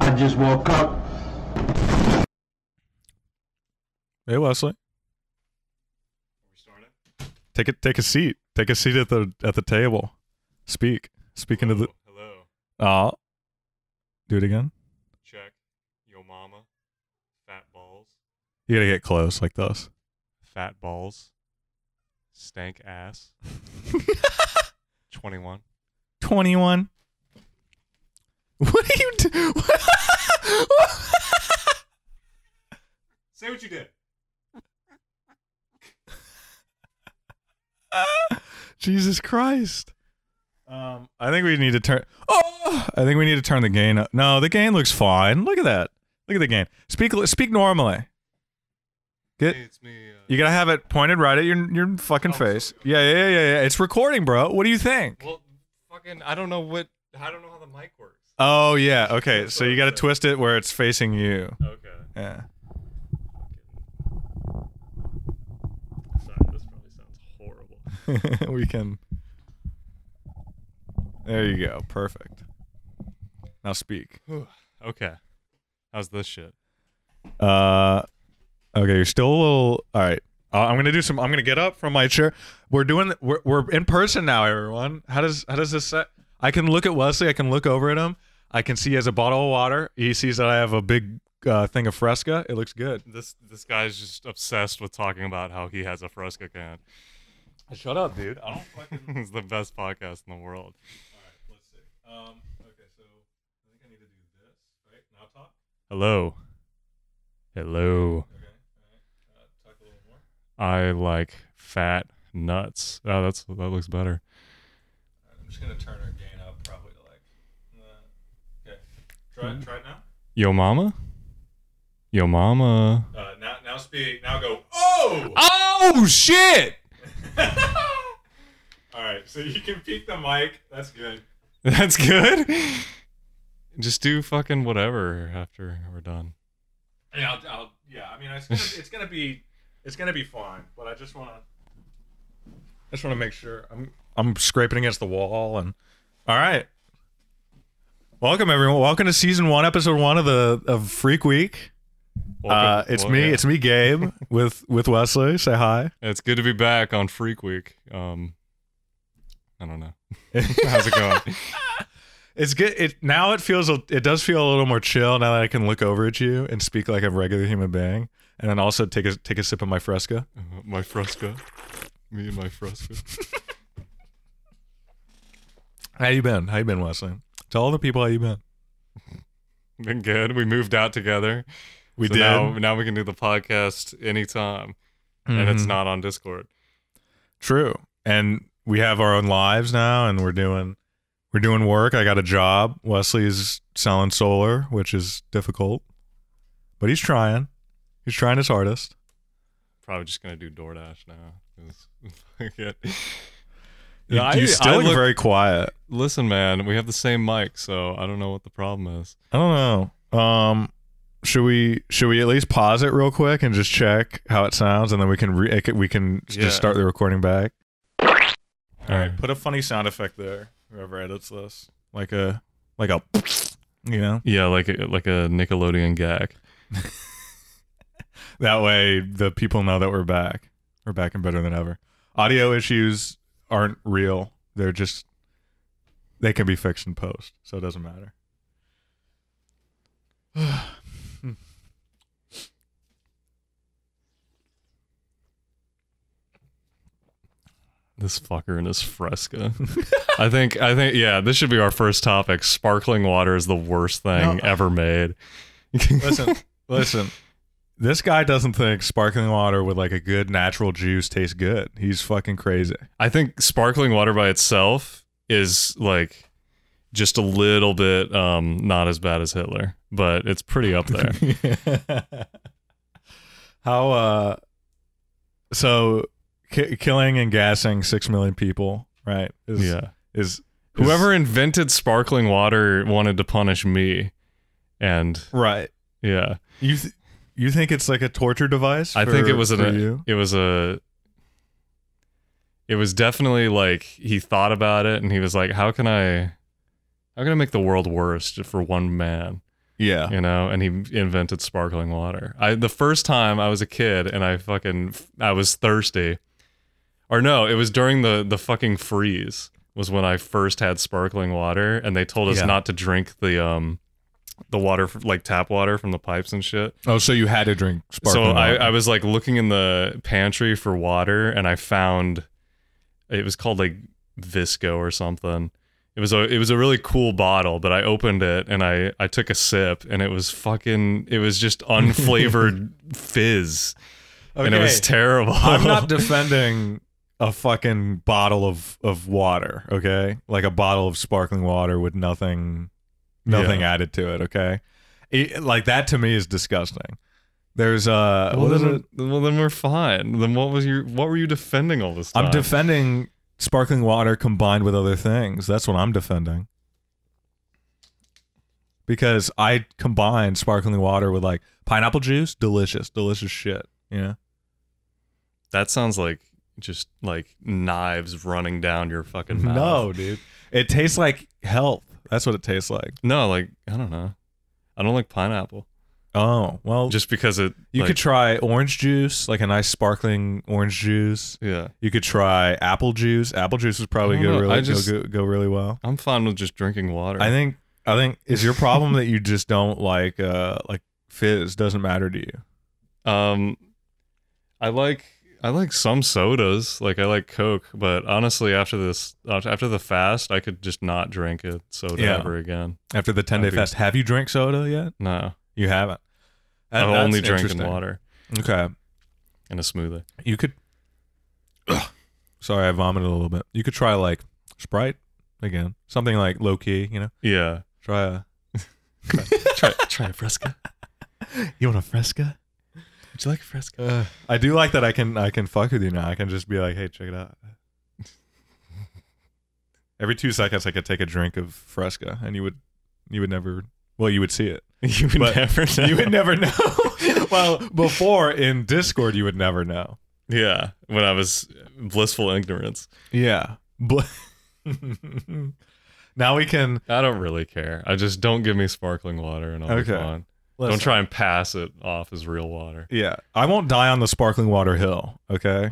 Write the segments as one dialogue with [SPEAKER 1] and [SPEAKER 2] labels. [SPEAKER 1] I just woke up.
[SPEAKER 2] Hey, Wesley. Take it. Take a seat. Take a seat at the at the table. Speak. Speaking to the.
[SPEAKER 3] Hello.
[SPEAKER 2] Ah. do it again.
[SPEAKER 3] Check. Yo mama. Fat balls.
[SPEAKER 2] You gotta get close like this.
[SPEAKER 3] Fat balls. Stank ass. 21.
[SPEAKER 2] Twenty-one. What are you? Do-
[SPEAKER 3] Say what you did.
[SPEAKER 2] Jesus Christ. Um, I think we need to turn. Oh, I think we need to turn the gain up. No, the gain looks fine. Look at that. Look at the gain. Speak. Speak normally. Get.
[SPEAKER 3] Hey, it's me. Uh,
[SPEAKER 2] You gotta have it pointed right at your your fucking
[SPEAKER 3] Oh,
[SPEAKER 2] face.
[SPEAKER 3] sorry.
[SPEAKER 2] Yeah, yeah, yeah, yeah. It's recording, bro. What do you think?
[SPEAKER 3] well, fucking, I don't know what. I don't know how the mic works.
[SPEAKER 2] Oh yeah. Okay.
[SPEAKER 3] That's
[SPEAKER 2] So
[SPEAKER 3] what
[SPEAKER 2] you
[SPEAKER 3] I'm
[SPEAKER 2] gotta
[SPEAKER 3] saying.
[SPEAKER 2] twist it where it's facing you.
[SPEAKER 3] Okay.
[SPEAKER 2] Yeah.
[SPEAKER 3] Sorry, this probably sounds horrible.
[SPEAKER 2] we can. There you go. Perfect. Now speak.
[SPEAKER 3] okay. How's this shit?
[SPEAKER 2] Uh, okay. You're still a little. All right. Uh, I'm gonna do some. I'm gonna get up from my chair. We're doing. th- We're we're in person now, everyone. How does how does this set? I can look at Wesley. I can look over at him. I can see he has a bottle of water. He sees that I have a big uh, thing of Fresca. It looks good.
[SPEAKER 3] This this guy's just obsessed with talking about how he has a Fresca can. Shut up, dude. I don't fucking. it's the best podcast in the world.
[SPEAKER 2] Let's see. Um, okay, so I think I need to do this. Right now, talk.
[SPEAKER 3] Hello. Hello.
[SPEAKER 2] Okay. All right. Uh, talk a little more.
[SPEAKER 3] I like fat nuts. Oh, that's that looks better.
[SPEAKER 2] All right, I'm just gonna turn our gain up probably to like. Uh, okay. Try it. Try it now.
[SPEAKER 3] Yo mama? Yo mama.
[SPEAKER 2] Uh, now, now speak. Now go. Oh!
[SPEAKER 3] Oh shit!
[SPEAKER 2] All right. So you can peek the mic. That's good.
[SPEAKER 3] That's good. Just do fucking whatever after we're done.
[SPEAKER 2] Yeah. I'll, I'll, yeah. I mean, it's gonna, it's gonna be, it's gonna be fine. But I just wanna, I just wanna make sure I'm, I'm scraping against the wall and, all right. Welcome everyone. Welcome to season one, episode one of the of Freak Week. Uh,
[SPEAKER 3] Welcome-
[SPEAKER 2] it's
[SPEAKER 3] well,
[SPEAKER 2] me.
[SPEAKER 3] yeah.
[SPEAKER 2] It's me, Gabe, with with Wesley. Say hi.
[SPEAKER 3] It's good to be back on Freak Week. Um I don't know. How's it going?
[SPEAKER 2] It's good. It now it feels a- it does feel a little more chill now that I can look over at you and speak like a regular human being, and then also take a take a sip of my Fresca.
[SPEAKER 3] Uh, my Fresca. Me and my Fresca.
[SPEAKER 2] How you been? How you been, Wesley? Tell all the people how you been.
[SPEAKER 3] Been good. We moved out together.
[SPEAKER 2] We
[SPEAKER 3] So Now, now we can do the podcast anytime. And it's
[SPEAKER 2] Mhm.
[SPEAKER 3] not on Discord.
[SPEAKER 2] true, and we have our own lives now, and we're doing we're doing work. I got a job. Wesley's selling solar, which is difficult, but he's trying. He's trying his hardest.
[SPEAKER 3] Probably just gonna do DoorDash now. 'cause I get-
[SPEAKER 2] You,
[SPEAKER 3] Yeah, I-
[SPEAKER 2] you still
[SPEAKER 3] I
[SPEAKER 2] look
[SPEAKER 3] look-
[SPEAKER 2] very quiet.
[SPEAKER 3] Listen, man, we have the same mic, so I don't know what the problem is.
[SPEAKER 2] I don't know. Um, should we should we at least pause it real quick and just check how it sounds, and then we can re- it can- we can s-
[SPEAKER 3] Yeah.
[SPEAKER 2] just start the recording back. All right,
[SPEAKER 3] Alright.
[SPEAKER 2] put a funny sound effect there. Whoever edits this, like a like a, you know,
[SPEAKER 3] Yeah, like a, like a Nickelodeon gag.
[SPEAKER 2] that way the people know that we're back. We're back and better than ever. Audio issues aren't real; they're just they can be fixed in post, so it doesn't matter.
[SPEAKER 3] This fucker and his Fresca. I think I think yeah, this should be our first topic. Sparkling water is the worst thing
[SPEAKER 2] No.
[SPEAKER 3] ever made.
[SPEAKER 2] Listen, listen. This guy doesn't think sparkling water with like a good natural juice tastes good. He's fucking crazy.
[SPEAKER 3] I think sparkling water by itself is like just a little bit um not as bad as Hitler, but it's pretty up there.
[SPEAKER 2] How uh so ki- killing and gassing 6 million people, right? Is
[SPEAKER 3] yeah.
[SPEAKER 2] is
[SPEAKER 3] Whoever invented sparkling water wanted to punish me. And
[SPEAKER 2] right.
[SPEAKER 3] yeah,
[SPEAKER 2] You th- you think it's like a torture device?
[SPEAKER 3] I think it
[SPEAKER 2] for-
[SPEAKER 3] was an uh,
[SPEAKER 2] for you?
[SPEAKER 3] it was a it was definitely like he thought about it and he was like, "How can I how can I make the world worse for one man?"
[SPEAKER 2] Yeah.
[SPEAKER 3] you know, and he invented sparkling water. I the first time I was a kid and I fucking I was thirsty. Or no, it was during the the fucking freeze was when I first had sparkling water and they told us
[SPEAKER 2] Yeah.
[SPEAKER 3] not to drink the um the water f- like tap water from the pipes and shit.
[SPEAKER 2] Oh, so you had to drink sparkling
[SPEAKER 3] so I,
[SPEAKER 2] water.
[SPEAKER 3] I was like looking in the pantry for water and I found it was called like Visco or something. It was a it was a really cool bottle, but I opened it and I I took a sip and it was fucking it was just unflavored fizz and it was terrible.
[SPEAKER 2] I'm not defending a fucking bottle of of water, okay? Like a bottle of sparkling water with nothing nothing added to it, okay? It- like that to me is disgusting. There's uh
[SPEAKER 3] well,
[SPEAKER 2] what is
[SPEAKER 3] then,
[SPEAKER 2] it?
[SPEAKER 3] well, then we're fine. Then what was your what were you defending all this time?
[SPEAKER 2] I'm defending sparkling water combined with other things. That's what I'm defending. Because I combine sparkling water with like pineapple juice, delicious, delicious shit. Yeah.
[SPEAKER 3] that sounds like just like knives running down your fucking mouth.
[SPEAKER 2] No, dude. It tastes like health. That's what it tastes like.
[SPEAKER 3] no, like I don't know. I don't like pineapple.
[SPEAKER 2] Oh, well,
[SPEAKER 3] just because it
[SPEAKER 2] You
[SPEAKER 3] like,
[SPEAKER 2] could try orange juice, like a nice sparkling orange juice.
[SPEAKER 3] yeah
[SPEAKER 2] You could try apple juice. Apple juice would probably
[SPEAKER 3] I don't
[SPEAKER 2] go
[SPEAKER 3] know. I
[SPEAKER 2] really
[SPEAKER 3] just-
[SPEAKER 2] go, go go really well.
[SPEAKER 3] i'm fine with just drinking water
[SPEAKER 2] I think I think is your problem that you just don't like uh like fizz doesn't matter to you.
[SPEAKER 3] um i like i like some sodas like i like coke but honestly after this after the fast i could just not drink it soda
[SPEAKER 2] Yeah.
[SPEAKER 3] ever again
[SPEAKER 2] After the 10 day
[SPEAKER 3] Agree.
[SPEAKER 2] fast, have you drank soda yet?
[SPEAKER 3] no
[SPEAKER 2] You haven't. That-
[SPEAKER 3] i'm
[SPEAKER 2] that's
[SPEAKER 3] only drinking
[SPEAKER 2] interesting.
[SPEAKER 3] water
[SPEAKER 2] Okay.
[SPEAKER 3] and a smoothie
[SPEAKER 2] You could Sorry, I vomited a little bit. You could try like Sprite again. Something like low key, you know.
[SPEAKER 3] yeah
[SPEAKER 2] Try a
[SPEAKER 3] try try a fresca
[SPEAKER 2] You want a fresca?
[SPEAKER 3] would you like a fresca
[SPEAKER 2] Uh, I do like that I can I can fuck with you now. I can just be like, hey, check it out. Every two seconds, I could take a drink of Fresca, and you would you would never. Well, you would see it.
[SPEAKER 3] you would
[SPEAKER 2] But
[SPEAKER 3] never know.
[SPEAKER 2] You would never know. well, before in Discord, you would never know.
[SPEAKER 3] yeah when i was blissful ignorance
[SPEAKER 2] Yeah. But now we can.
[SPEAKER 3] i don't really care i just don't give me sparkling water and i'll be
[SPEAKER 2] Okay.
[SPEAKER 3] fine
[SPEAKER 2] listen.
[SPEAKER 3] don't try and pass it off as real water
[SPEAKER 2] Yeah, I won't die on the sparkling water hill. Okay,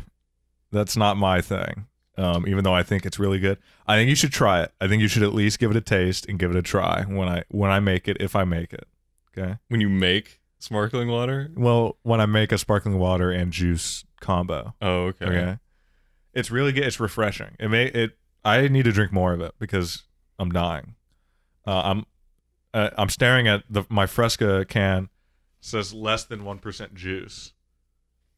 [SPEAKER 2] that's not my thing. Um, even though I think it's really good, I think you should try it. I think you should at least give it a taste and give it a try when I when I make it, if I make it. Okay.
[SPEAKER 3] when you make sparkling water.
[SPEAKER 2] Well, when I make a sparkling water and juice combo.
[SPEAKER 3] Oh, okay.
[SPEAKER 2] Okay. It's really good. It's refreshing. It may it. I need to drink more of it because I'm dying. Uh, I'm uh, I'm staring at the my Fresca can says less than one percent juice,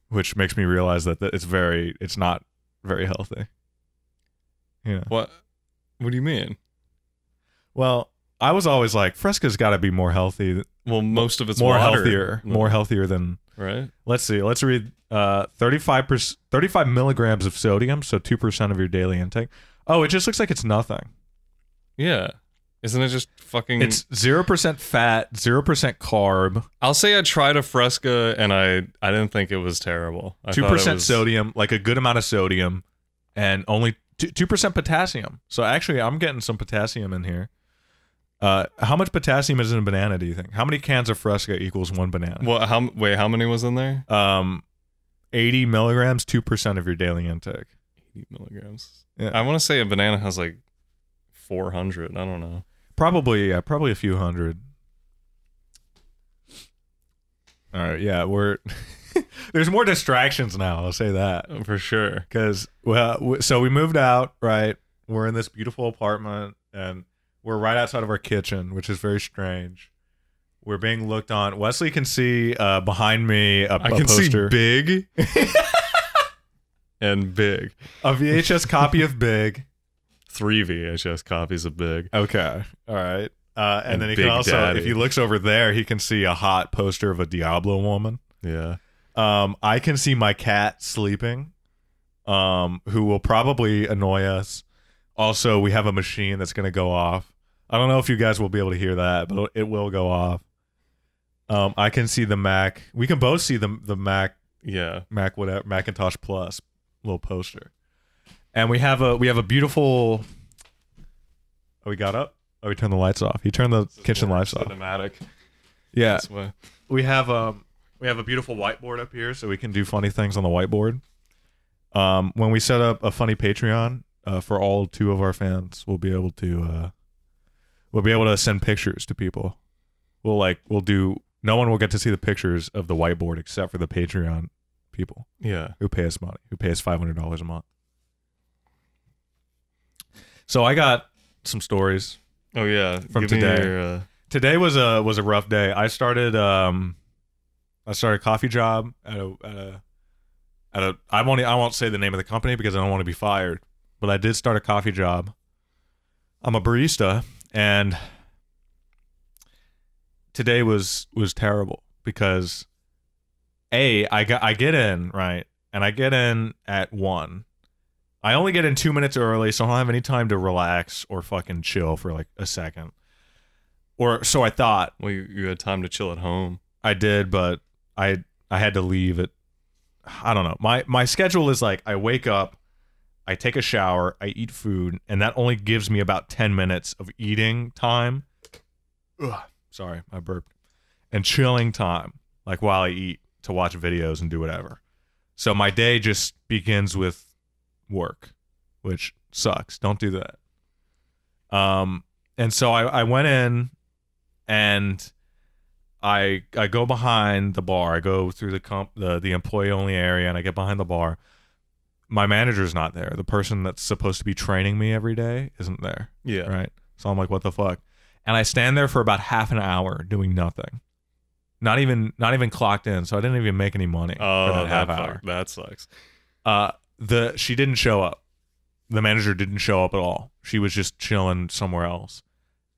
[SPEAKER 2] which makes me realize that th- it's very it's not very healthy. You know.
[SPEAKER 3] What? What do you mean?
[SPEAKER 2] Well, I was always like Fresca's got to be more healthy,
[SPEAKER 3] Well, most of it's
[SPEAKER 2] more
[SPEAKER 3] water,
[SPEAKER 2] healthier, more healthier than
[SPEAKER 3] right?
[SPEAKER 2] Let's see. Let's read uh, 35 35 milligrams of sodium, so 2% of your daily intake. Oh, it just looks like it's nothing.
[SPEAKER 3] Yeah. Isn't it just fucking?
[SPEAKER 2] It's 0% fat, 0% carb,
[SPEAKER 3] I'll say I tried a Fresca and I I didn't think it was terrible. I thought it
[SPEAKER 2] 2%
[SPEAKER 3] was-
[SPEAKER 2] sodium, like a good amount of sodium, and only t- 2% potassium. So actually, I'm getting some potassium in here. Uh, how much potassium is in a banana, do you think? How many cans of Fresca equals one banana?
[SPEAKER 3] What? How? Wait, how many was in there?
[SPEAKER 2] Um, 80 milligrams, 2% of your daily intake.
[SPEAKER 3] Eighty milligrams.
[SPEAKER 2] Yeah.
[SPEAKER 3] I want to say a banana has like four hundred. I don't know.
[SPEAKER 2] Probably, yeah, probably a few hundred. All right, yeah, we're there's more distractions now. I'll say that
[SPEAKER 3] For sure.
[SPEAKER 2] because well, w- so we moved out, right? We're in this beautiful apartment, and we're right outside of our kitchen, which is very strange. We're being looked on. Wesley can see uh, behind me a,
[SPEAKER 3] I
[SPEAKER 2] a
[SPEAKER 3] can
[SPEAKER 2] poster,
[SPEAKER 3] see big and big.
[SPEAKER 2] a VHS copy of Big.
[SPEAKER 3] Three VHS copies of Big.
[SPEAKER 2] Okay. All right. Uh, and,
[SPEAKER 3] And
[SPEAKER 2] then he
[SPEAKER 3] Big
[SPEAKER 2] can also,
[SPEAKER 3] Daddy.
[SPEAKER 2] if he looks over there, he can see a hot poster of a Diablo woman.
[SPEAKER 3] Yeah.
[SPEAKER 2] Um, I can see my cat sleeping, um, who will probably annoy us. Also, we have a machine that's going to go off. I don't know if you guys will be able to hear that, but it will go off. Um, I can see the Mac. We can both see the the Mac
[SPEAKER 3] Yeah.
[SPEAKER 2] Mac whatever Macintosh Plus little poster, and we have a we have a beautiful. Oh, we got up. Oh, we turned the lights off. He turned the kitchen lights off.
[SPEAKER 3] Cinematic.
[SPEAKER 2] Yeah,
[SPEAKER 3] This way.
[SPEAKER 2] we have um we have a beautiful whiteboard up here, so we can do funny things on the whiteboard. Um, when we set up a funny Patreon uh, for all two of our fans, we'll be able to uh, we'll be able to send pictures to people. We'll like we'll do. No one will get to see the pictures of the whiteboard except for the Patreon people
[SPEAKER 3] Yeah.
[SPEAKER 2] who pay us money, who pay us five hundred dollars a month. So I got some stories.
[SPEAKER 3] Oh yeah.
[SPEAKER 2] From
[SPEAKER 3] Give me
[SPEAKER 2] today.
[SPEAKER 3] your, uh,
[SPEAKER 2] Today was a was a rough day. I started um, I started a coffee job at a at a at a I won't e, I won't say the name of the company because I don't want to be fired. But I did start a coffee job. I'm a barista, and today was was terrible because a I got I get in right, and I get in at one. I only get in two minutes early, so I don't have any time to relax or fucking chill for like a second. Or so I thought.
[SPEAKER 3] well, you, you had time to chill at home.
[SPEAKER 2] I did, but I I had to leave at I don't know. My my schedule is like I wake up, I take a shower, I eat food, and that only gives me about 10 minutes of eating time. Ugh, sorry, I burped. And chilling time, like while I eat to watch videos and do whatever. So my day just begins with work, which sucks. Don't do that. Um and so I, I went in and I I go behind the bar. I go through the comp the, the employee only area and I get behind the bar. My manager's not there. The person that's supposed to be training me every day isn't there.
[SPEAKER 3] Yeah.
[SPEAKER 2] Right. So I'm like, what the fuck? And I stand there for about half an hour doing nothing. Not even not even clocked in. So I didn't even make any money
[SPEAKER 3] Oh,
[SPEAKER 2] for that, half
[SPEAKER 3] fuck-
[SPEAKER 2] hour.
[SPEAKER 3] that sucks.
[SPEAKER 2] Uh the she didn't show up. The manager didn't show up at all. She was just chilling somewhere else.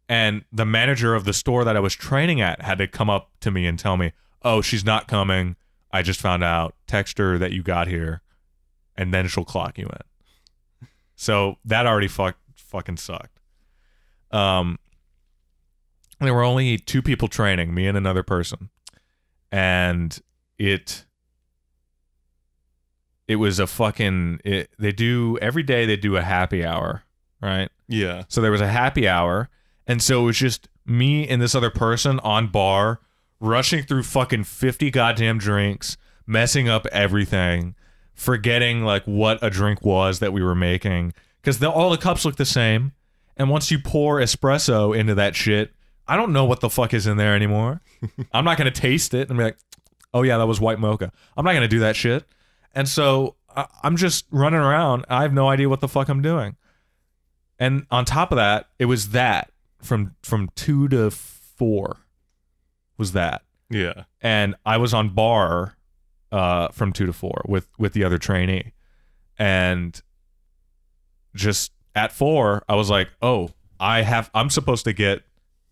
[SPEAKER 2] And the manager of the store that I was training at had to come up to me and tell me, "Oh, she's not coming. I just found out. Text her that you got here, and then she'll clock you in." So that already fuck, fucking sucked. Um, there were only two people training, me and another person, and it it was a fucking. It, they do every day. They do a happy hour, right?
[SPEAKER 3] Yeah.
[SPEAKER 2] So there was a happy hour. And so it was just me and this other person on bar rushing through fucking 50 goddamn drinks, messing up everything, forgetting like what a drink was that we were making. Because all the cups look the same. And once you pour espresso into that shit, I don't know what the fuck is in there anymore. I'm not going to taste it and be like, oh yeah, that was white mocha. I'm not going to do that shit. And so I- I'm just running around. I have no idea what the fuck I'm doing. And on top of that, it was that from from two to four was that,
[SPEAKER 3] Yeah.
[SPEAKER 2] and I was on bar uh, from two to four with with the other trainee, and just at four, I was like, oh, I have I'm supposed to get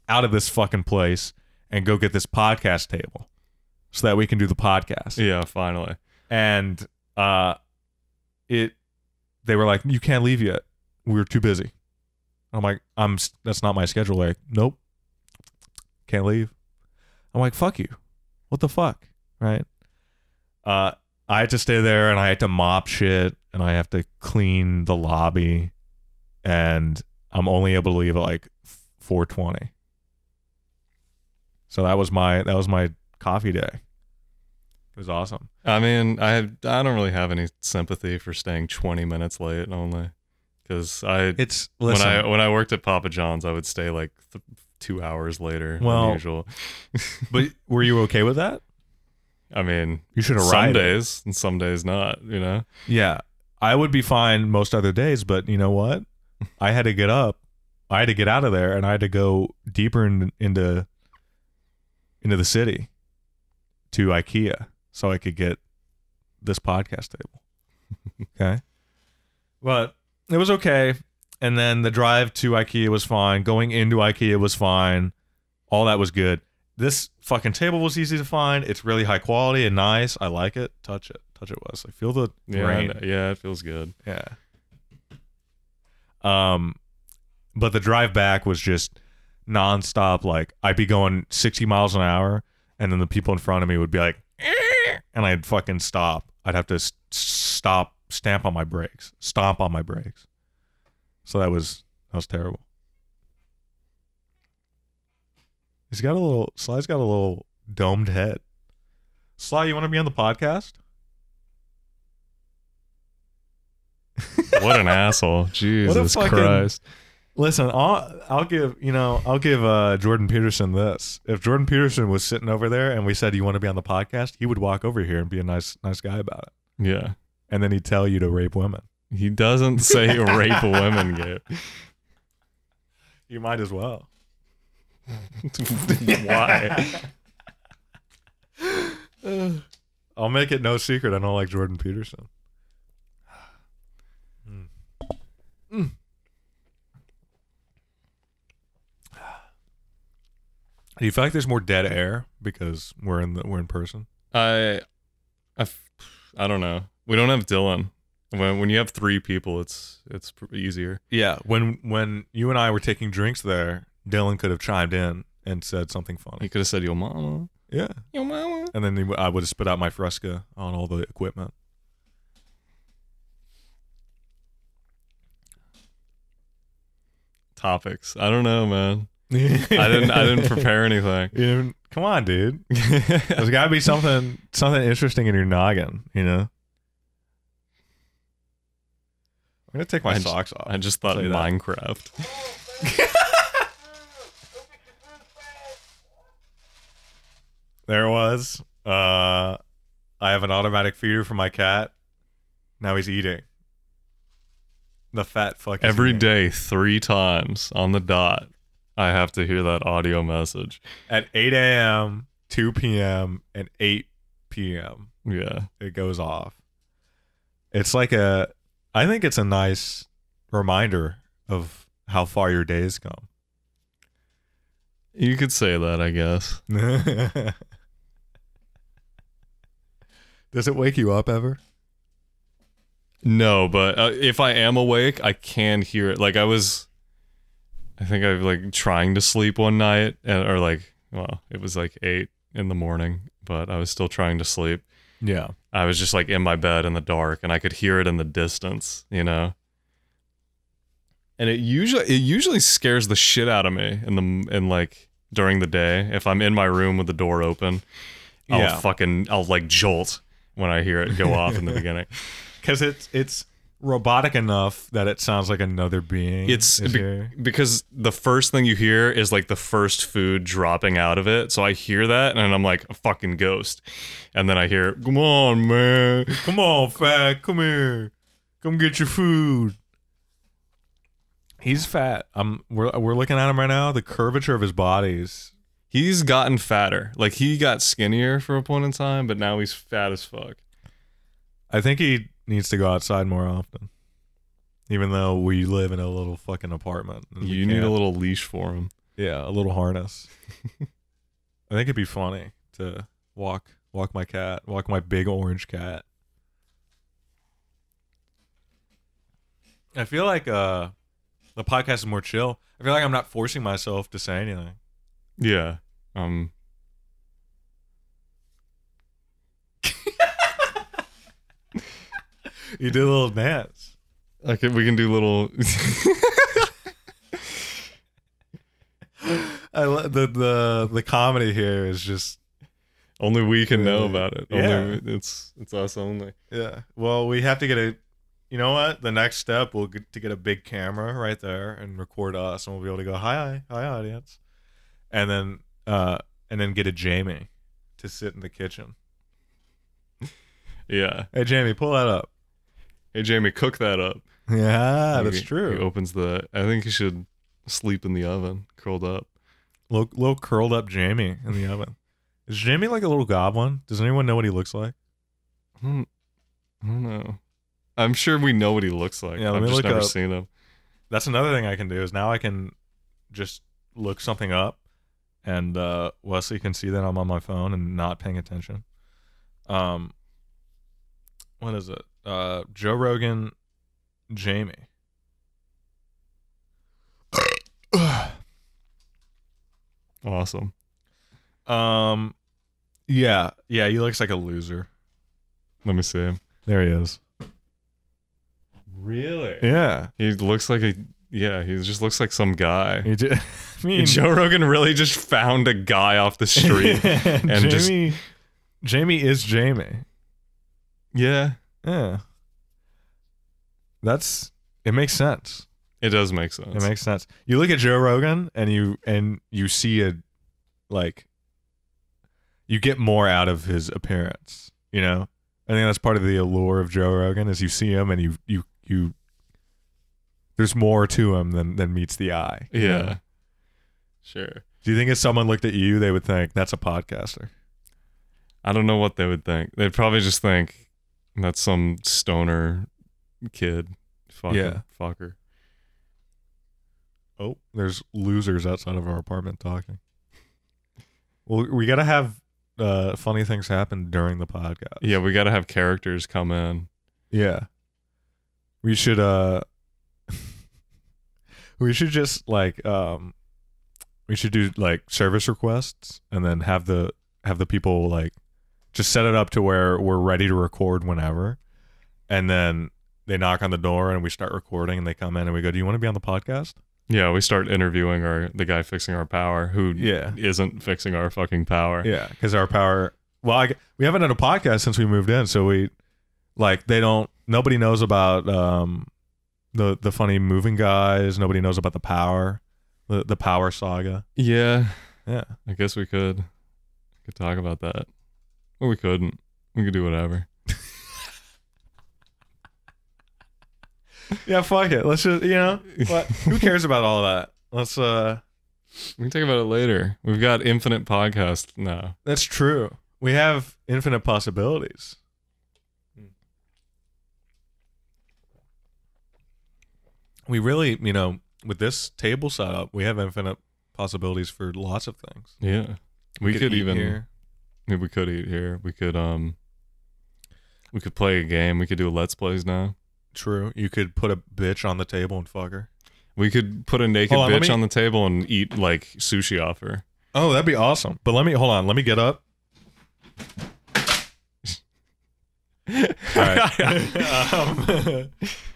[SPEAKER 2] out of this fucking place and go get this podcast table so that we can do the podcast
[SPEAKER 3] Yeah. Finally.
[SPEAKER 2] and uh it they were like you can't leave yet we're too busy i'm like i'm s- that's not my schedule like nope can't leave i'm like fuck you what the fuck right uh i had to stay there and i had to mop shit and i have to clean the lobby and i'm only able to leave at like 420 so that was my that was my coffee day it was awesome
[SPEAKER 3] I mean, I have, I don't really have any sympathy for staying 20 minutes late only, because I
[SPEAKER 2] It's
[SPEAKER 3] when
[SPEAKER 2] listen.
[SPEAKER 3] I when I worked at Papa John's, I would stay like th- two hours later
[SPEAKER 2] Well-
[SPEAKER 3] than usual.
[SPEAKER 2] but were you okay with that?
[SPEAKER 3] I mean,
[SPEAKER 2] You should have
[SPEAKER 3] some
[SPEAKER 2] ride it.
[SPEAKER 3] days and some days not. You know.
[SPEAKER 2] Yeah, I would be fine most other days, but you know what? I had to get up. I had to get out of there, and I had to go deeper in, into into the city to IKEA so I could get this podcast table. Okay, but it was okay. And then the drive to IKEA was fine. Going into IKEA was fine. All that was good. This fucking table was easy to find. It's really high quality and nice. I like it. Touch it. Touch it was. I feel the
[SPEAKER 3] Yeah. I
[SPEAKER 2] rain.
[SPEAKER 3] know. Yeah. It feels good.
[SPEAKER 2] Yeah. Um, but the drive back was just nonstop. Like I'd be going 60 miles an hour, and then the people in front of me would be like, "Eh," and I'd fucking stop. I'd have to s- stop, stamp on my brakes, stomp on my brakes. So that was that was terrible. He's got a little Sly's got a little domed head. Sly, you want to be on the podcast?
[SPEAKER 3] What an asshole. Jesus
[SPEAKER 2] fucking-
[SPEAKER 3] Christ.
[SPEAKER 2] Listen, I'll, I'll give you know I'll give uh, Jordan Peterson this. If Jordan Peterson was sitting over there and we said you want to be on the podcast, he would walk over here and be a nice nice guy about it,
[SPEAKER 3] Yeah.
[SPEAKER 2] and then he'd tell you to rape women.
[SPEAKER 3] He doesn't say rape women, Gabe.
[SPEAKER 2] You might as well.
[SPEAKER 3] Why?
[SPEAKER 2] I'll make it no secret. I don't like Jordan Peterson. Do you feel like there's more dead air because we're in the, we're in person?
[SPEAKER 3] I, I, f- I don't know. We don't have Dylan. When when you have three people, it's it's pr- easier.
[SPEAKER 2] Yeah. When when you and I were taking drinks there, Dylan could have chimed in and said something
[SPEAKER 3] He
[SPEAKER 2] funny.
[SPEAKER 3] could have said your mama,
[SPEAKER 2] Yeah.
[SPEAKER 3] your mama.
[SPEAKER 2] And then he w- I would have spit out my fresca on all the equipment.
[SPEAKER 3] Topics. I don't know, man.
[SPEAKER 2] I
[SPEAKER 3] I didn't I didn't prepare anything.
[SPEAKER 2] You know, come on, dude. There's got to be something something interesting in your noggin, you know. I'm gonna take my
[SPEAKER 3] I just-
[SPEAKER 2] socks off.
[SPEAKER 3] I just thought
[SPEAKER 2] Say that.
[SPEAKER 3] Minecraft.
[SPEAKER 2] there it was. Uh, I have an automatic feeder for my cat. Now he's eating. The fat fuck. is
[SPEAKER 3] Every
[SPEAKER 2] eating.
[SPEAKER 3] day, three times on the dot, I have to hear that audio message.
[SPEAKER 2] at 8 a.m., 2 p.m., and 8 p.m.
[SPEAKER 3] Yeah.
[SPEAKER 2] it goes off. It's like a, I think it's a nice reminder of how far your days come.
[SPEAKER 3] You could say that, I guess.
[SPEAKER 2] Does it wake you up ever?
[SPEAKER 3] No, but uh, if I am awake, I can hear it. Like I was, I think I was like trying to sleep one night, and, or like, well, it was like eight in the morning, but I was still trying to sleep.
[SPEAKER 2] Yeah.
[SPEAKER 3] I was just like in my bed in the dark, and I could hear it in the distance, you know. And it usually it usually scares the shit out of me in the in like during the day if I'm in my room with the door open. I'll
[SPEAKER 2] Yeah.
[SPEAKER 3] fucking I'll like jolt when I hear it go off in the beginning.
[SPEAKER 2] Because it's it's robotic enough that it sounds like another being.
[SPEAKER 3] It's
[SPEAKER 2] is
[SPEAKER 3] be-
[SPEAKER 2] here.
[SPEAKER 3] because the first thing you hear is like the first food dropping out of it. So I hear that and I'm like a fucking ghost. And then I hear, "Come on, man."
[SPEAKER 2] Come on, fat. Come here. Come get your food. He's fat. I'm. We're we're looking at him right now. The curvature of his body is
[SPEAKER 3] He's gotten fatter. Like he got skinnier for a point in time, but now he's fat as fuck.
[SPEAKER 2] I think he needs to go outside more often. Even though we live in a little fucking apartment. and we
[SPEAKER 3] You need a
[SPEAKER 2] can't-
[SPEAKER 3] little leash for him.
[SPEAKER 2] yeah, a little harness. I think it'd be funny to walk walk my cat, walk my big orange cat. I feel like uh the podcast is more chill. I feel like I'm not forcing myself to say anything.
[SPEAKER 3] Yeah. Um
[SPEAKER 2] You did a little dance.
[SPEAKER 3] I can, we can do little
[SPEAKER 2] I lo- the the the comedy here is just
[SPEAKER 3] only we can know about it. Only,
[SPEAKER 2] Yeah.
[SPEAKER 3] it's it's us only.
[SPEAKER 2] Yeah. Well, we have to get a. You know what? The next step will get to get a big camera right there and record us, and we'll be able to go hi hi hi audience, and then uh and then get a Jamie to sit in the kitchen.
[SPEAKER 3] Yeah.
[SPEAKER 2] Hey Jamie, pull that up.
[SPEAKER 3] Hey Jamie, cook that up.
[SPEAKER 2] Yeah,
[SPEAKER 3] He- He opens the. I think he should sleep in the oven, curled up.
[SPEAKER 2] Little, little curled up Jamie in the oven. Is Jamie like a little goblin? Does anyone know what he looks like?
[SPEAKER 3] I don't, I don't know. I'm sure we know what he looks like.
[SPEAKER 2] Yeah, let
[SPEAKER 3] I've
[SPEAKER 2] me
[SPEAKER 3] just
[SPEAKER 2] look
[SPEAKER 3] never
[SPEAKER 2] up.
[SPEAKER 3] seen him.
[SPEAKER 2] That's another thing I can do is now I can just look something up, and uh, Wesley can see that I'm on my phone and not paying attention. Um, what is it? Uh, Joe Rogan, Jamie.
[SPEAKER 3] Awesome.
[SPEAKER 2] Um, yeah, yeah, he looks like a loser.
[SPEAKER 3] Let me see him.
[SPEAKER 2] There he is.
[SPEAKER 3] Really?
[SPEAKER 2] Yeah,
[SPEAKER 3] He looks like a yeah, he just looks like some guy.
[SPEAKER 2] You ju- I mean,
[SPEAKER 3] Joe Rogan really just found a guy off the street.
[SPEAKER 2] and
[SPEAKER 3] and just-
[SPEAKER 2] Jamie, Jamie is Jamie.
[SPEAKER 3] yeah,
[SPEAKER 2] Yeah, that's it. Makes sense.
[SPEAKER 3] it does make sense.
[SPEAKER 2] It makes sense. You look at Joe Rogan and you and you see a like you get more out of his appearance, you know? I think that's part of the allure of Joe Rogan is you see him and you you you there's more to him than than meets the eye. you
[SPEAKER 3] yeah.
[SPEAKER 2] know?
[SPEAKER 3] Sure.
[SPEAKER 2] Do you think if someone looked at you they would think that's a podcaster?
[SPEAKER 3] I don't know what they would think. They'd probably just think that's some stoner kid. Fucker.
[SPEAKER 2] Yeah.
[SPEAKER 3] Fucker.
[SPEAKER 2] Oh, there's losers outside of our apartment talking. Well, we got to have uh, funny things happen during the podcast.
[SPEAKER 3] Yeah, we got to have characters come in.
[SPEAKER 2] Yeah. We should uh we should just like um we should do like service requests and then have the have the people like just set it up to where we're ready to record whenever and then they knock on the door and we start recording and they come in and we go, Do you want to be on the podcast?
[SPEAKER 3] Yeah, we start interviewing our the guy fixing our power who
[SPEAKER 2] Yeah.
[SPEAKER 3] isn't fixing our fucking power.
[SPEAKER 2] Yeah, because our power. Well, I, we haven't had a podcast since we moved in, so we like they don't. Nobody knows about um the the funny moving guys. Nobody knows about the power, the the power saga.
[SPEAKER 3] Yeah,
[SPEAKER 2] Yeah,
[SPEAKER 3] I guess we could could talk about that. Or we couldn't. We could do whatever.
[SPEAKER 2] yeah. Fuck it. Let's just you know. What, who cares about all that? Let's. uh
[SPEAKER 3] We can talk about it later. We've got infinite podcast now.
[SPEAKER 2] That's true. We have infinite possibilities. We really, you know, with this table setup, we have infinite possibilities for lots of things.
[SPEAKER 3] Yeah. We, could,
[SPEAKER 2] eat
[SPEAKER 3] even
[SPEAKER 2] here.
[SPEAKER 3] I mean, we could eat here. We could um we could play a game. We could do let's plays now.
[SPEAKER 2] True. You could put a bitch on the table and fuck her.
[SPEAKER 3] We could put a naked
[SPEAKER 2] Hold on, let
[SPEAKER 3] bitch
[SPEAKER 2] me-
[SPEAKER 3] on the table and eat like sushi off her.
[SPEAKER 2] Oh, that'd be awesome. But let me hold on. Let me get up. All right. um,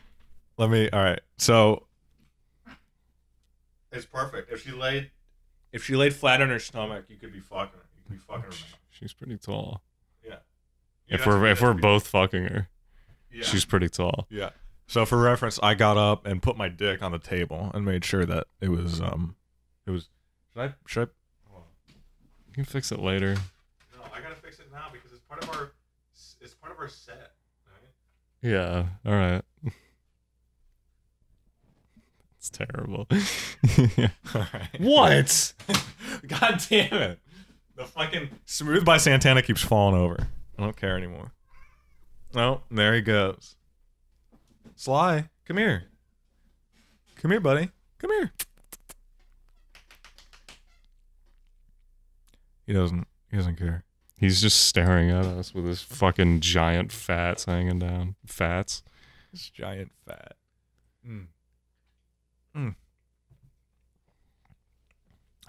[SPEAKER 2] let me. All right. So it's perfect. If she laid, if she laid flat on her stomach, you could be fucking her. You could be fucking her.
[SPEAKER 3] She's pretty tall.
[SPEAKER 2] Yeah.
[SPEAKER 3] if we're if we're both fucking her, she's pretty tall.
[SPEAKER 2] Yeah. So for reference, I got up and put my dick on the table and made sure that it was um, it was. Should I? Should I?
[SPEAKER 3] You can fix it later.
[SPEAKER 2] No, I gotta fix it now because it's part of our it's part of our set.
[SPEAKER 3] Yeah. All right. It's terrible.
[SPEAKER 2] What? God damn it! The fucking smooth by Santana keeps falling over. I don't care anymore. Oh, there he goes. Sly, come here. Come here, buddy. Come here. He doesn't. He doesn't care.
[SPEAKER 3] He's just staring at us with his fucking giant fats hanging down. Fats.
[SPEAKER 2] This giant fat. Mm.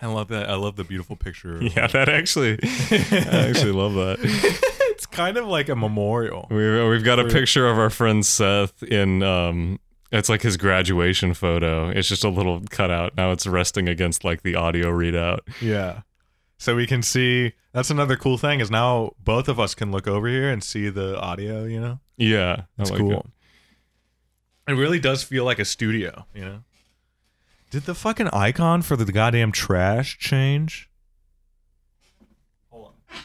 [SPEAKER 2] I love that. I love the beautiful picture.
[SPEAKER 3] Yeah, that actually. I actually love that.
[SPEAKER 2] it's kind of like a memorial.
[SPEAKER 3] We've, we've got a
[SPEAKER 2] For-
[SPEAKER 3] picture of our friend Seth in um it's like his graduation photo. It's just a little cutout. Now it's resting against like the audio readout.
[SPEAKER 2] Yeah. So we can see that's another cool thing is now both of us can look over here and see the audio, you know?
[SPEAKER 3] Yeah. I
[SPEAKER 2] That's
[SPEAKER 3] like
[SPEAKER 2] cool.
[SPEAKER 3] it.
[SPEAKER 2] It. really does feel like a studio, you know? Did the fucking icon for the goddamn trash change? Hold on.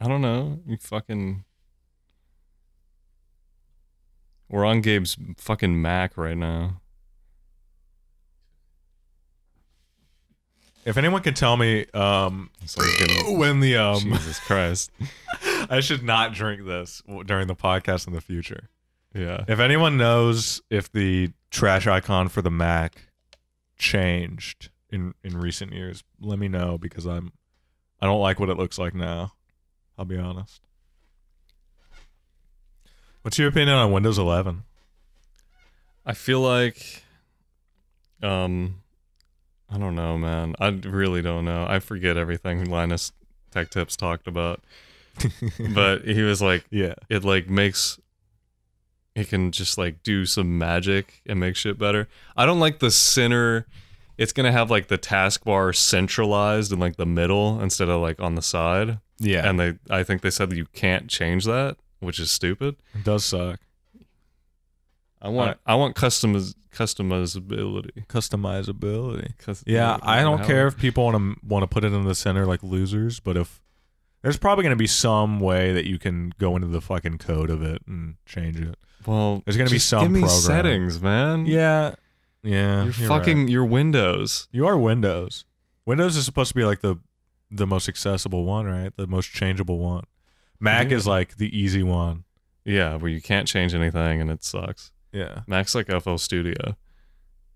[SPEAKER 3] I don't know. You fucking We're on Gabe's fucking Mac right now.
[SPEAKER 2] If anyone can tell me um
[SPEAKER 3] So he's gonna-
[SPEAKER 2] when the um
[SPEAKER 3] Jesus Christ.
[SPEAKER 2] I should not drink this w- during the podcast in the future.
[SPEAKER 3] Yeah.
[SPEAKER 2] If anyone knows if the trash icon for the Mac changed in in recent years, let me know because I'm I don't like what it looks like now. I'll be honest. What's your opinion on Windows 11?
[SPEAKER 3] I feel like um I don't know, man. I really don't know. I forget everything Linus Tech Tips talked about. but he was like
[SPEAKER 2] Yeah.
[SPEAKER 3] it like makes it can just like do some magic and make shit better. I don't like the center. It's gonna have like the taskbar centralized in like the middle instead of like on the side.
[SPEAKER 2] Yeah,
[SPEAKER 3] And they, I think they said that you can't change that, which is stupid.
[SPEAKER 2] it does suck.
[SPEAKER 3] I want, I want customiz- customizability.
[SPEAKER 2] Customizability.
[SPEAKER 3] Cus-
[SPEAKER 2] Yeah, I don't
[SPEAKER 3] how-
[SPEAKER 2] care if people want to want to put it in the center like losers, but if there's probably going to be some way that you can go into the fucking code of it and change it.
[SPEAKER 3] Well,
[SPEAKER 2] There's gonna be
[SPEAKER 3] just
[SPEAKER 2] some
[SPEAKER 3] give me
[SPEAKER 2] program.
[SPEAKER 3] settings, man.
[SPEAKER 2] Yeah, yeah.
[SPEAKER 3] your
[SPEAKER 2] you're
[SPEAKER 3] fucking
[SPEAKER 2] right.
[SPEAKER 3] your Windows.
[SPEAKER 2] You are Windows. Windows is supposed to be like the the most accessible one, right? The most changeable one. Mac
[SPEAKER 3] Yeah.
[SPEAKER 2] is like the easy one.
[SPEAKER 3] Yeah, where you can't change anything and it sucks.
[SPEAKER 2] Yeah,
[SPEAKER 3] Mac's like FL Studio.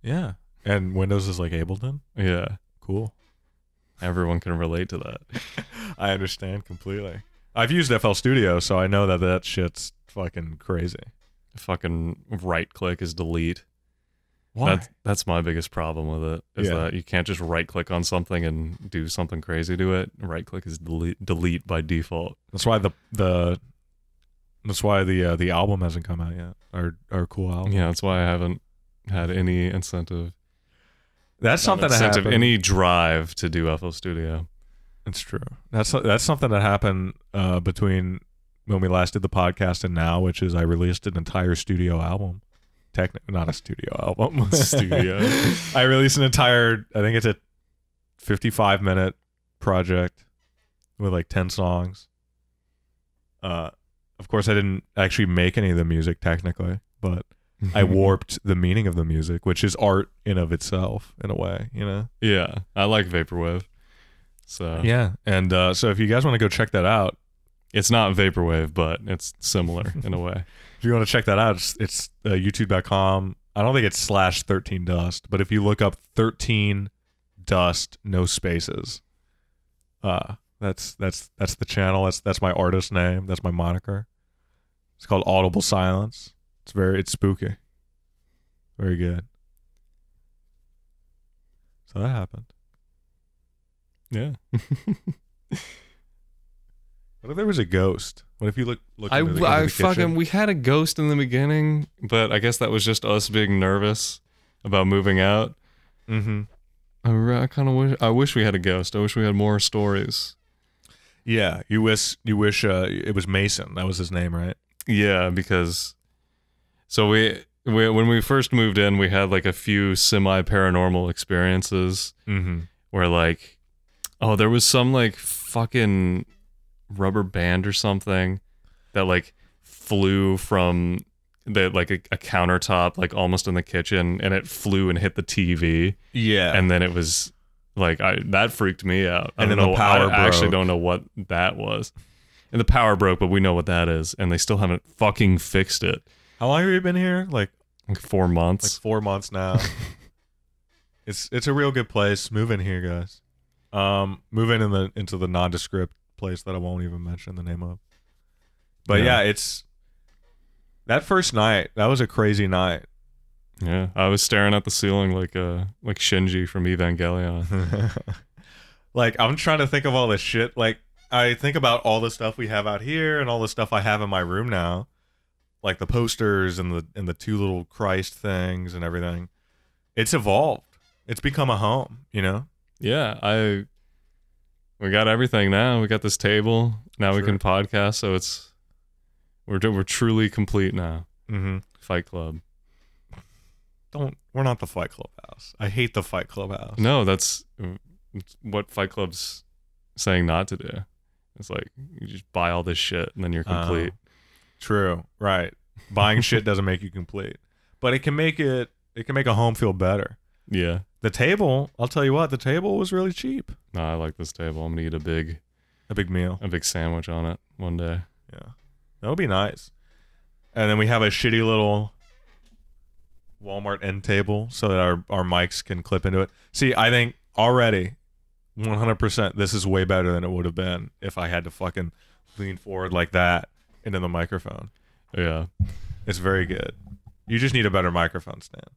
[SPEAKER 2] yeah. And Windows is like Ableton.
[SPEAKER 3] Yeah,
[SPEAKER 2] Cool.
[SPEAKER 3] everyone can relate to that.
[SPEAKER 2] I understand completely. I've used FL Studio, so I know that that shit's fucking crazy.
[SPEAKER 3] Fucking right click is delete. That's
[SPEAKER 2] That's-
[SPEAKER 3] that's my biggest problem with it is
[SPEAKER 2] Yeah.
[SPEAKER 3] that you can't just right click on something and do something crazy to it. Right click is delete delete by default.
[SPEAKER 2] That's why the the that's why the uh, the album hasn't come out yet. Our our cool album.
[SPEAKER 3] Yeah, that's why I haven't had any incentive
[SPEAKER 2] That's something that
[SPEAKER 3] incentive
[SPEAKER 2] happened.
[SPEAKER 3] any drive to do FL Studio.
[SPEAKER 2] it's true. That's that's something that happened uh, between when we last did the podcast and now, which is I released an entire studio album. Technically, not a studio album.
[SPEAKER 3] Studio.
[SPEAKER 2] I released an entire. I think it's a fifty-five minute project with like ten songs. Uh, of course, I didn't actually make any of the music technically, but I warped the meaning of the music, which is art in of itself in a way, you know.
[SPEAKER 3] yeah, I like vaporwave. So
[SPEAKER 2] Yeah, and uh, so if you guys want to go check that out,
[SPEAKER 3] it's not vaporwave, but it's similar in a way.
[SPEAKER 2] if you want to check that out, it's, it's uh, YouTube.com. I don't think it's slash thirteen dust, but if you look up thirteen dust, no spaces, uh, that's that's that's the channel. That's that's my artist name. That's my moniker. It's called Audible Silence. It's very it's spooky. Very good. So that happened.
[SPEAKER 3] Yeah.
[SPEAKER 2] What if there was a ghost? What if you look look
[SPEAKER 3] I,
[SPEAKER 2] into the, into
[SPEAKER 3] I
[SPEAKER 2] the kitchen?
[SPEAKER 3] fucking we had a ghost in the beginning, but I guess that was just us being nervous about moving out.
[SPEAKER 2] Mm-hmm.
[SPEAKER 3] I, kind of wish I wish we had a ghost. I wish we had more stories.
[SPEAKER 2] Yeah, you wish you wish uh, it was Mason. That was his name, right?
[SPEAKER 3] Yeah, because so we, we when we first moved in, we had like a few semi paranormal experiences
[SPEAKER 2] Mm-hmm.
[SPEAKER 3] where like oh, there was some like fucking rubber band or something that like flew from the like a, a countertop like almost in the kitchen and it flew and hit the TV.
[SPEAKER 2] Yeah,
[SPEAKER 3] and then it was like I that freaked me out. I
[SPEAKER 2] And
[SPEAKER 3] don't
[SPEAKER 2] then
[SPEAKER 3] know,
[SPEAKER 2] the power
[SPEAKER 3] I actually
[SPEAKER 2] broke.
[SPEAKER 3] don't know what that was. And the power broke, but we know what that is, and they still haven't fucking fixed it.
[SPEAKER 2] how long have you been here? Like
[SPEAKER 3] Like four
[SPEAKER 2] like
[SPEAKER 3] months.
[SPEAKER 2] four months now. it's it's a real good place. Move in here, guys. Um, move in, in the into the nondescript place that I won't even mention the name of. But yeah,
[SPEAKER 3] Yeah.
[SPEAKER 2] it's that first night. That was a crazy night.
[SPEAKER 3] yeah, I was staring at the ceiling like uh like Shinji from Evangelion.
[SPEAKER 2] like I'm trying to think of all this shit. Like I think about all the stuff we have out here and all the stuff I have in my room now, like the posters and the and the two little Christ things and everything. It's evolved. It's become a home. You know.
[SPEAKER 3] Yeah, I we got everything now. We got this table. Now we
[SPEAKER 2] Sure.
[SPEAKER 3] can podcast. So it's we're we're truly complete now.
[SPEAKER 2] Mm-hmm.
[SPEAKER 3] Fight Club.
[SPEAKER 2] Don't. We're not the Fight Club house. I hate the Fight Club house.
[SPEAKER 3] No, that's it's what Fight Club's saying not to do. It's like you just buy all this shit and then you're
[SPEAKER 2] Oh.
[SPEAKER 3] complete.
[SPEAKER 2] True. Right. Buying shit doesn't make you complete, but it can make it. It can make a home feel better.
[SPEAKER 3] yeah.
[SPEAKER 2] The table. I'll tell you what. The table was really cheap.
[SPEAKER 3] No, I like this table. I'm gonna eat a big
[SPEAKER 2] A big meal.
[SPEAKER 3] a big sandwich on it one day.
[SPEAKER 2] Yeah. That would be nice. And then we have a shitty little Walmart end table so that our, our mics can clip into it. See, I think already 100% this is way better than it would have been if I had to fucking lean forward like that into the microphone.
[SPEAKER 3] Yeah.
[SPEAKER 2] It's very good. You just need a better microphone stand.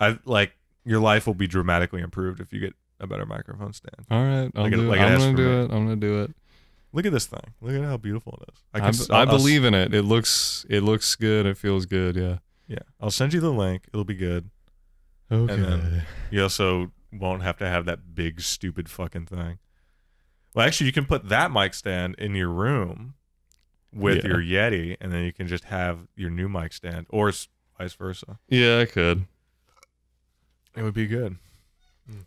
[SPEAKER 2] I like your life will be dramatically improved if you get a better microphone stand.
[SPEAKER 3] All right. I'll
[SPEAKER 2] Like it-
[SPEAKER 3] do it.
[SPEAKER 2] like it
[SPEAKER 3] I'm
[SPEAKER 2] asked for
[SPEAKER 3] gonna do
[SPEAKER 2] me.
[SPEAKER 3] it. I'm gonna do it.
[SPEAKER 2] Look at this thing. Look at how beautiful it is.
[SPEAKER 3] I,
[SPEAKER 2] can s-
[SPEAKER 3] I
[SPEAKER 2] I'll- I'll s-
[SPEAKER 3] believe in it. It looks it looks good. It feels good. Yeah.
[SPEAKER 2] Yeah, I'll send you the link. It'll be good.
[SPEAKER 3] Okay.
[SPEAKER 2] then- You also won't have to have that big stupid fucking thing. Well, actually, you can put that mic stand in your room with
[SPEAKER 3] Yeah.
[SPEAKER 2] your Yeti, and then you can just have your new mic stand, or s- vice versa.
[SPEAKER 3] yeah, I could.
[SPEAKER 2] It would be good. Hmm.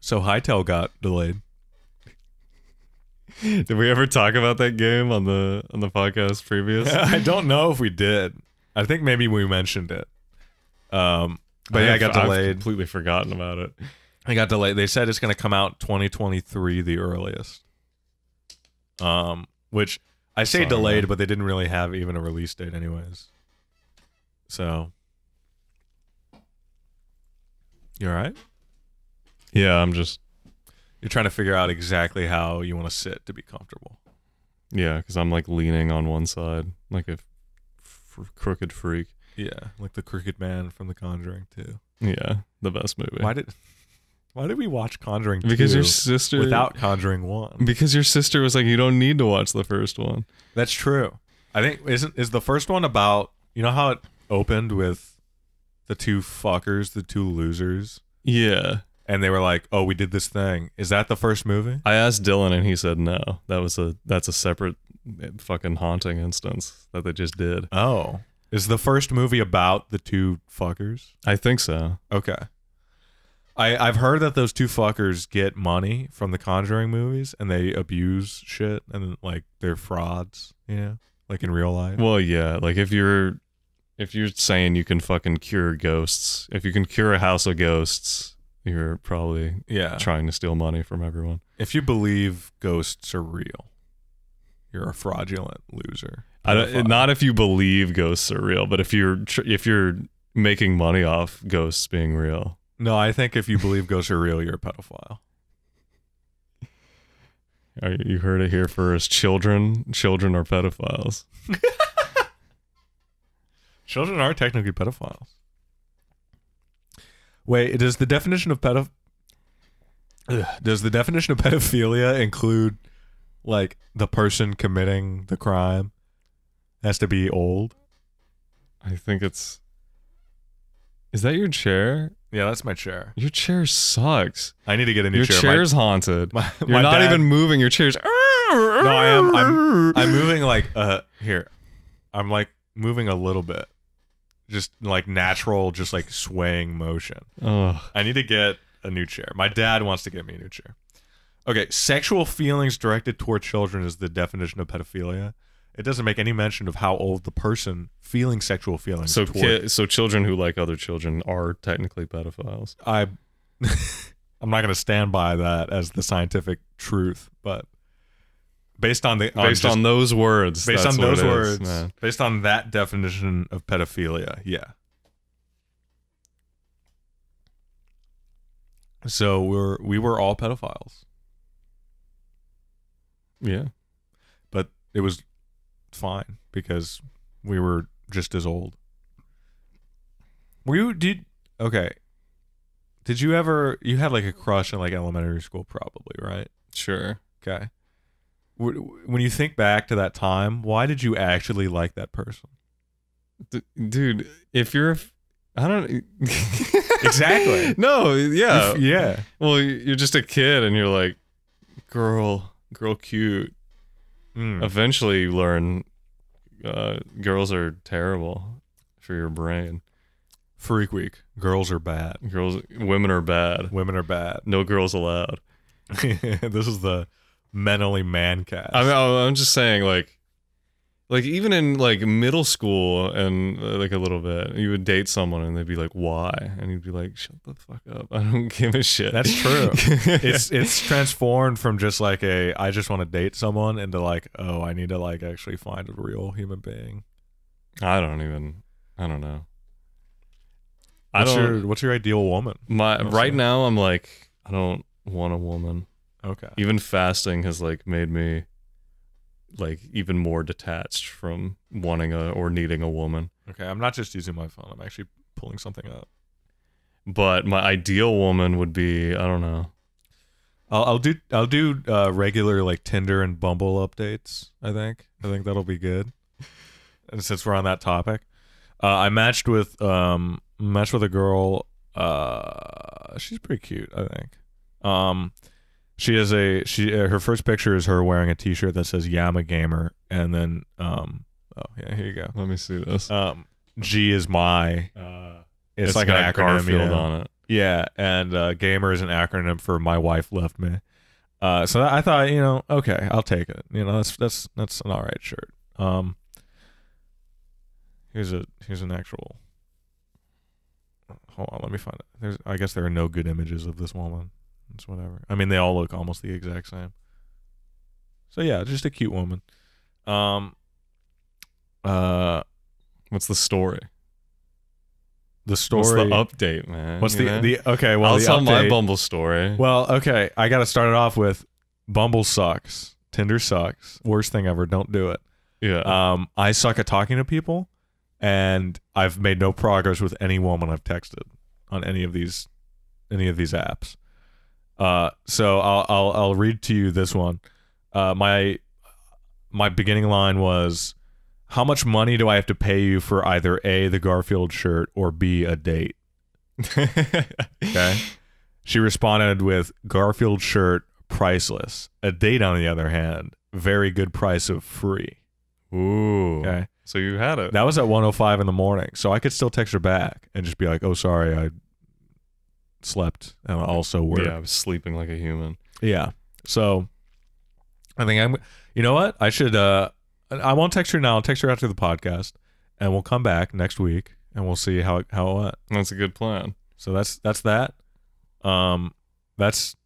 [SPEAKER 2] So Hightail got delayed.
[SPEAKER 3] Did we ever talk about that game on the on the podcast previous?
[SPEAKER 2] I don't know if we did. I think maybe we mentioned it. Um, but yeah, I
[SPEAKER 3] I've-
[SPEAKER 2] got
[SPEAKER 3] I've
[SPEAKER 2] delayed.
[SPEAKER 3] completely forgotten about it.
[SPEAKER 2] I got delayed. They said it's going to come out 2023 the earliest. Um, which I say
[SPEAKER 3] Sorry,
[SPEAKER 2] delayed,
[SPEAKER 3] man.
[SPEAKER 2] but they didn't really have even a release date, anyways. So, you all right?
[SPEAKER 3] Yeah, I'm just
[SPEAKER 2] You're trying to figure out exactly how you want to sit to be comfortable.
[SPEAKER 3] yeah, because I'm like leaning on one side like a f- crooked freak.
[SPEAKER 2] Yeah, like the Crooked Man from The Conjuring too.
[SPEAKER 3] Yeah, the best movie.
[SPEAKER 2] Why did, why did we watch Conjuring?
[SPEAKER 3] because
[SPEAKER 2] 2
[SPEAKER 3] your sister
[SPEAKER 2] without Conjuring One?
[SPEAKER 3] because your sister was like, you don't need to watch the first one.
[SPEAKER 2] That's true. I think isn't is the first one about you know how it opened with the two fuckers, the two losers,
[SPEAKER 3] Yeah,
[SPEAKER 2] and they were like, "Oh, we did this thing." Is that the first movie?
[SPEAKER 3] I asked Dylan and he said no. That was a that's a separate eh, fucking haunting instance that they just did.
[SPEAKER 2] Oh, is the first movie about the two fuckers?
[SPEAKER 3] I think so.
[SPEAKER 2] Okay. I, I've heard that those two fuckers get money from the Conjuring movies and they abuse shit and like they're frauds, you know, like in real life.
[SPEAKER 3] Well, yeah, like if you're if you're saying you can fucking cure ghosts, if you can cure a house of ghosts, you're probably
[SPEAKER 2] yeah.
[SPEAKER 3] trying to steal money from everyone.
[SPEAKER 2] If you believe ghosts are real, you're a fraudulent loser.
[SPEAKER 3] I
[SPEAKER 2] Pedophile.
[SPEAKER 3] don't, not if you believe ghosts are real, but if you're tr- if you're making money off ghosts being real,
[SPEAKER 2] No, I think if you believe ghosts are real, you're a pedophile.
[SPEAKER 3] Are- you heard it here first. Children, children are pedophiles.
[SPEAKER 2] Children are technically pedophiles. Wait, does the definition of pedoph- Ugh, does the definition of pedophilia include like the person committing the crime has to be old?
[SPEAKER 3] I think it's. Is that your chair?
[SPEAKER 2] Yeah, that's my chair.
[SPEAKER 3] Your chair sucks.
[SPEAKER 2] I need to get a new
[SPEAKER 3] your
[SPEAKER 2] chair. My-
[SPEAKER 3] chair's haunted.
[SPEAKER 2] my-
[SPEAKER 3] You're
[SPEAKER 2] my
[SPEAKER 3] not
[SPEAKER 2] dad-
[SPEAKER 3] even moving. Your chair's.
[SPEAKER 2] No, I am. I'm, I'm moving like uh here. I'm like moving a little bit, just like natural, just like swaying motion.
[SPEAKER 3] Ugh.
[SPEAKER 2] I need to get a new chair. My dad wants to get me a new chair. Okay, sexual feelings directed toward children is the definition of pedophilia. It doesn't make any mention of how old the person feeling sexual feelings.
[SPEAKER 3] So,
[SPEAKER 2] toward,
[SPEAKER 3] ki- so children who like other children are technically pedophiles.
[SPEAKER 2] I, I'm not going to stand by that as the scientific truth, but based on the
[SPEAKER 3] Based
[SPEAKER 2] just-
[SPEAKER 3] on those words.
[SPEAKER 2] based
[SPEAKER 3] that's
[SPEAKER 2] on those
[SPEAKER 3] what it
[SPEAKER 2] words,
[SPEAKER 3] is, man.
[SPEAKER 2] based on that definition of pedophilia, yeah. So we're we were all pedophiles.
[SPEAKER 3] Yeah.
[SPEAKER 2] but it was fine because we were just as old. Were you did okay? Did you ever you had like a crush in like elementary school probably right?
[SPEAKER 3] Sure.
[SPEAKER 2] Okay. W- When you think back to that time, why did you actually like that person?
[SPEAKER 3] D- dude, if you're. a f- I don't. e
[SPEAKER 2] Exactly.
[SPEAKER 3] no, yeah.
[SPEAKER 2] If- yeah.
[SPEAKER 3] Well, y- you're just a kid and you're like, girl, girl cute.
[SPEAKER 2] Mm.
[SPEAKER 3] Eventually you learn uh, girls are terrible for your brain.
[SPEAKER 2] Freak week. Girls are bad.
[SPEAKER 3] Girls, women are bad.
[SPEAKER 2] Women are bad.
[SPEAKER 3] No girls allowed.
[SPEAKER 2] this is the mentally man cast.
[SPEAKER 3] I mean, I- I'm just saying, like, like even in like middle school and uh, like a little bit, you would date someone and they'd be like, "Why?" and you'd be like, "Shut the fuck up! I don't give a shit."
[SPEAKER 2] That's true. it's it's transformed from just like a I just want to date someone into like oh I need to like actually find a real human being.
[SPEAKER 3] I don't even. I don't know. I
[SPEAKER 2] What's
[SPEAKER 3] don't.
[SPEAKER 2] your what's your ideal woman?
[SPEAKER 3] My
[SPEAKER 2] Mostly.
[SPEAKER 3] right now, I'm like, I don't want a woman.
[SPEAKER 2] Okay.
[SPEAKER 3] Even fasting has like made me like even more detached from wanting a or needing a woman.
[SPEAKER 2] Okay. I'm not just using my phone. I'm actually pulling something up.
[SPEAKER 3] But my ideal woman would be I don't know.
[SPEAKER 2] I'll, I'll do I'll do uh, regular like Tinder and Bumble updates. I think I think that'll be good. And since we're on that topic, uh, I matched with um matched with a girl. Uh, she's pretty cute. I think. Um, she has a she. Uh, her first picture is her wearing a T-shirt that says "Yama Gamer," and then um oh yeah here you go.
[SPEAKER 3] Let me see this.
[SPEAKER 2] Um, G is my.
[SPEAKER 3] Uh,
[SPEAKER 2] It's, like an
[SPEAKER 3] got
[SPEAKER 2] acronym.
[SPEAKER 3] Garfield
[SPEAKER 2] you know?
[SPEAKER 3] on it.
[SPEAKER 2] Yeah, and uh, gamer is an acronym for my wife left me. Uh, so I thought, you know, okay, I'll take it. You know, that's that's that's an all right shirt. Um, here's a here's an actual. Hold on, let me find it. There's, I guess there are no good images of this woman. It's whatever. I mean, they all look almost the exact same. So yeah, just a cute woman. Um. Uh,
[SPEAKER 3] What's the story?
[SPEAKER 2] the story.
[SPEAKER 3] What's the update, man?
[SPEAKER 2] what's
[SPEAKER 3] you
[SPEAKER 2] the,
[SPEAKER 3] know?
[SPEAKER 2] the okay? Well,
[SPEAKER 3] I'll
[SPEAKER 2] the
[SPEAKER 3] tell my
[SPEAKER 2] update-
[SPEAKER 3] Bumble story.
[SPEAKER 2] Well, okay. I got to start it off with Bumble sucks. Tinder sucks. Worst thing ever. Don't do it.
[SPEAKER 3] yeah.
[SPEAKER 2] Um, I suck at talking to people, and I've made no progress with any woman I've texted on any of these, any of these apps. Uh, so I'll I'll, I'll read to you this one. Uh, my my beginning line was, "How much money do I have to pay you for either a the Garfield shirt or b a date?" Okay. She responded with Garfield shirt, priceless. A date, on the other hand, very good price of free.
[SPEAKER 3] Ooh.
[SPEAKER 2] Okay.
[SPEAKER 3] So you had it.
[SPEAKER 2] That was at 105 in the morning. So I could still text her back and just be like, oh, sorry, I slept and I also worked.
[SPEAKER 3] yeah, I was sleeping like a human.
[SPEAKER 2] Yeah. So I think I'm you know what? I should uh I won't text her now, I'll text her after the podcast and we'll come back next week and we'll see how it how it went.
[SPEAKER 3] That's a good plan.
[SPEAKER 2] So that's that's that. Um, that's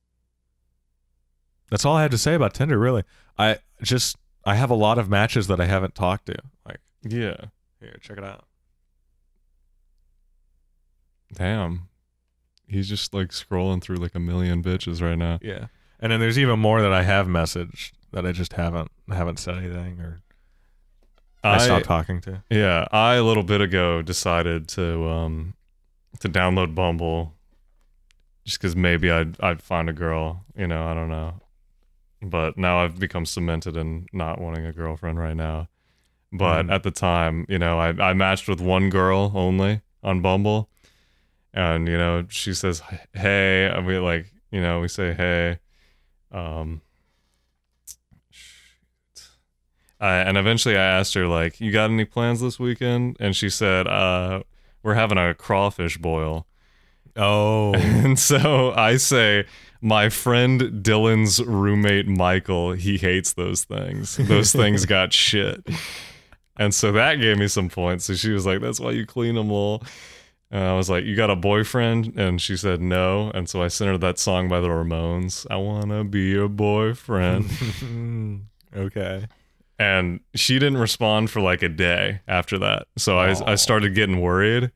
[SPEAKER 2] that's all I have to say about Tinder. Really, I just I have a lot of matches that I haven't talked to. Like
[SPEAKER 3] Yeah.
[SPEAKER 2] here, check it out.
[SPEAKER 3] Damn. He's just like scrolling through like a million bitches right now.
[SPEAKER 2] Yeah, and then there's even more that I have messaged that I just haven't haven't said anything or I, stopped talking to.
[SPEAKER 3] yeah, I a little bit ago decided to um to download Bumble just cuz maybe I'd I'd find a girl, you know, I don't know. But now I've become cemented in not wanting a girlfriend right now. But
[SPEAKER 2] Mhm.
[SPEAKER 3] at the time, you know, I I matched with one girl only on Bumble. And you know, she says, "Hey," and we like, you know, we say, "Hey." Um I, and eventually I asked her like, "You got any plans this weekend?" And she said, "Uh, we're having a crawfish boil."
[SPEAKER 2] Oh,
[SPEAKER 3] And so I say, "My friend Dylan's roommate Michael, he hates those things. Those things got shit." And so that gave me some points. So she was like, "That's why you clean them, lol." And I was like, "You got a boyfriend?" And she said, "No." And so I sent her that song by the Ramones, "I Wanna Be Your Boyfriend."
[SPEAKER 2] okay.
[SPEAKER 3] and she didn't respond for like a day after that so
[SPEAKER 2] Aw.
[SPEAKER 3] I, I started getting worried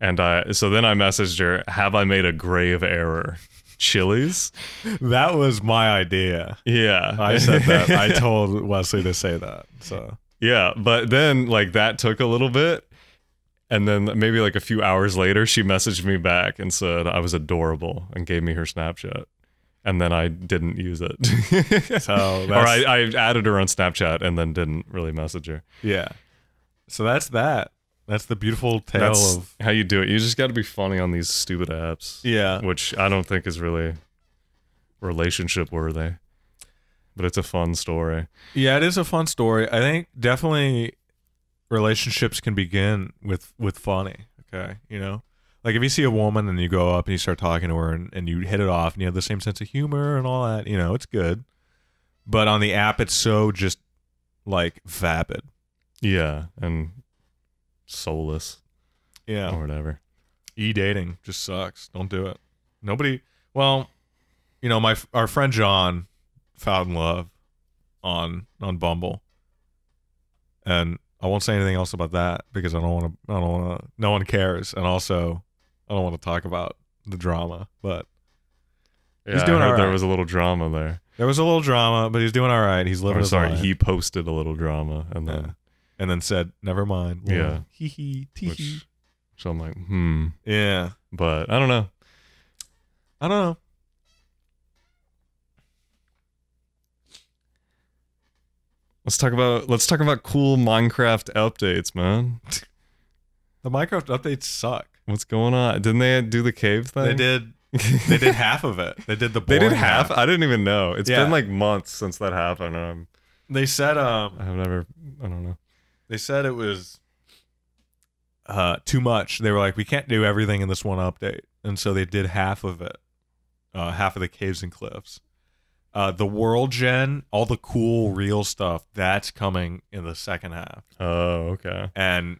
[SPEAKER 3] and i so then i messaged her have i made a grave error chilies
[SPEAKER 2] That was my idea.
[SPEAKER 3] yeah
[SPEAKER 2] I said that. I told Wesley to say that. So
[SPEAKER 3] yeah but then like that took a little bit and then maybe like a few hours later she messaged me back and said i was adorable and gave me her snapchat and then i didn't use it
[SPEAKER 2] so
[SPEAKER 3] or I, I added her on snapchat and then didn't really message her
[SPEAKER 2] yeah. So that's that. That's the beautiful tale
[SPEAKER 3] That's
[SPEAKER 2] of
[SPEAKER 3] how you do it. You just got to be funny on these stupid apps,
[SPEAKER 2] yeah.
[SPEAKER 3] which I don't think is really relationship worthy. But it's a fun story.
[SPEAKER 2] Yeah, it is a fun story. I think definitely relationships can begin with with funny. Okay, you know, like if you see a woman and you go up and you start talking to her and, and you hit it off and you have the same sense of humor and all that, you know, it's good. But on the app, it's so just like vapid.
[SPEAKER 3] Yeah, and soulless
[SPEAKER 2] Yeah,
[SPEAKER 3] or whatever.
[SPEAKER 2] e dating just sucks. Don't do it. Nobody. Well, you know, my our friend John found love on on Bumble, and I won't say anything else about that because I don't want to. I don't want to. No one cares, and also I don't want to talk about the drama. But
[SPEAKER 3] Yeah,
[SPEAKER 2] He's doing
[SPEAKER 3] I heard
[SPEAKER 2] all
[SPEAKER 3] there
[SPEAKER 2] right.
[SPEAKER 3] was a little drama there.
[SPEAKER 2] there was a little drama, but he's doing all right. He's living
[SPEAKER 3] Or
[SPEAKER 2] his
[SPEAKER 3] sorry,
[SPEAKER 2] life.
[SPEAKER 3] he posted a little drama, and
[SPEAKER 2] Yeah.
[SPEAKER 3] then
[SPEAKER 2] and then said, "Never mind."
[SPEAKER 3] Yeah.
[SPEAKER 2] Hee hee. Tee hee.
[SPEAKER 3] which So I'm like, hmm.
[SPEAKER 2] Yeah.
[SPEAKER 3] But I don't know.
[SPEAKER 2] I don't know.
[SPEAKER 3] Let's talk about let's talk about cool Minecraft updates, man.
[SPEAKER 2] The Minecraft updates suck.
[SPEAKER 3] What's going on? Didn't they do the cave thing?
[SPEAKER 2] They did. They did half of it. They did the.
[SPEAKER 3] They did
[SPEAKER 2] boring
[SPEAKER 3] half. I didn't even know. It's
[SPEAKER 2] Yeah.
[SPEAKER 3] been like months since that happened. and I'm,
[SPEAKER 2] They said um.
[SPEAKER 3] I've never. I don't know.
[SPEAKER 2] They said it was uh too much. They were like, we can't do everything in this one update, and so they did half of it, uh, half of the caves and cliffs. Uh, the world gen, all the cool real stuff that's coming in the second half,
[SPEAKER 3] Oh, okay.
[SPEAKER 2] and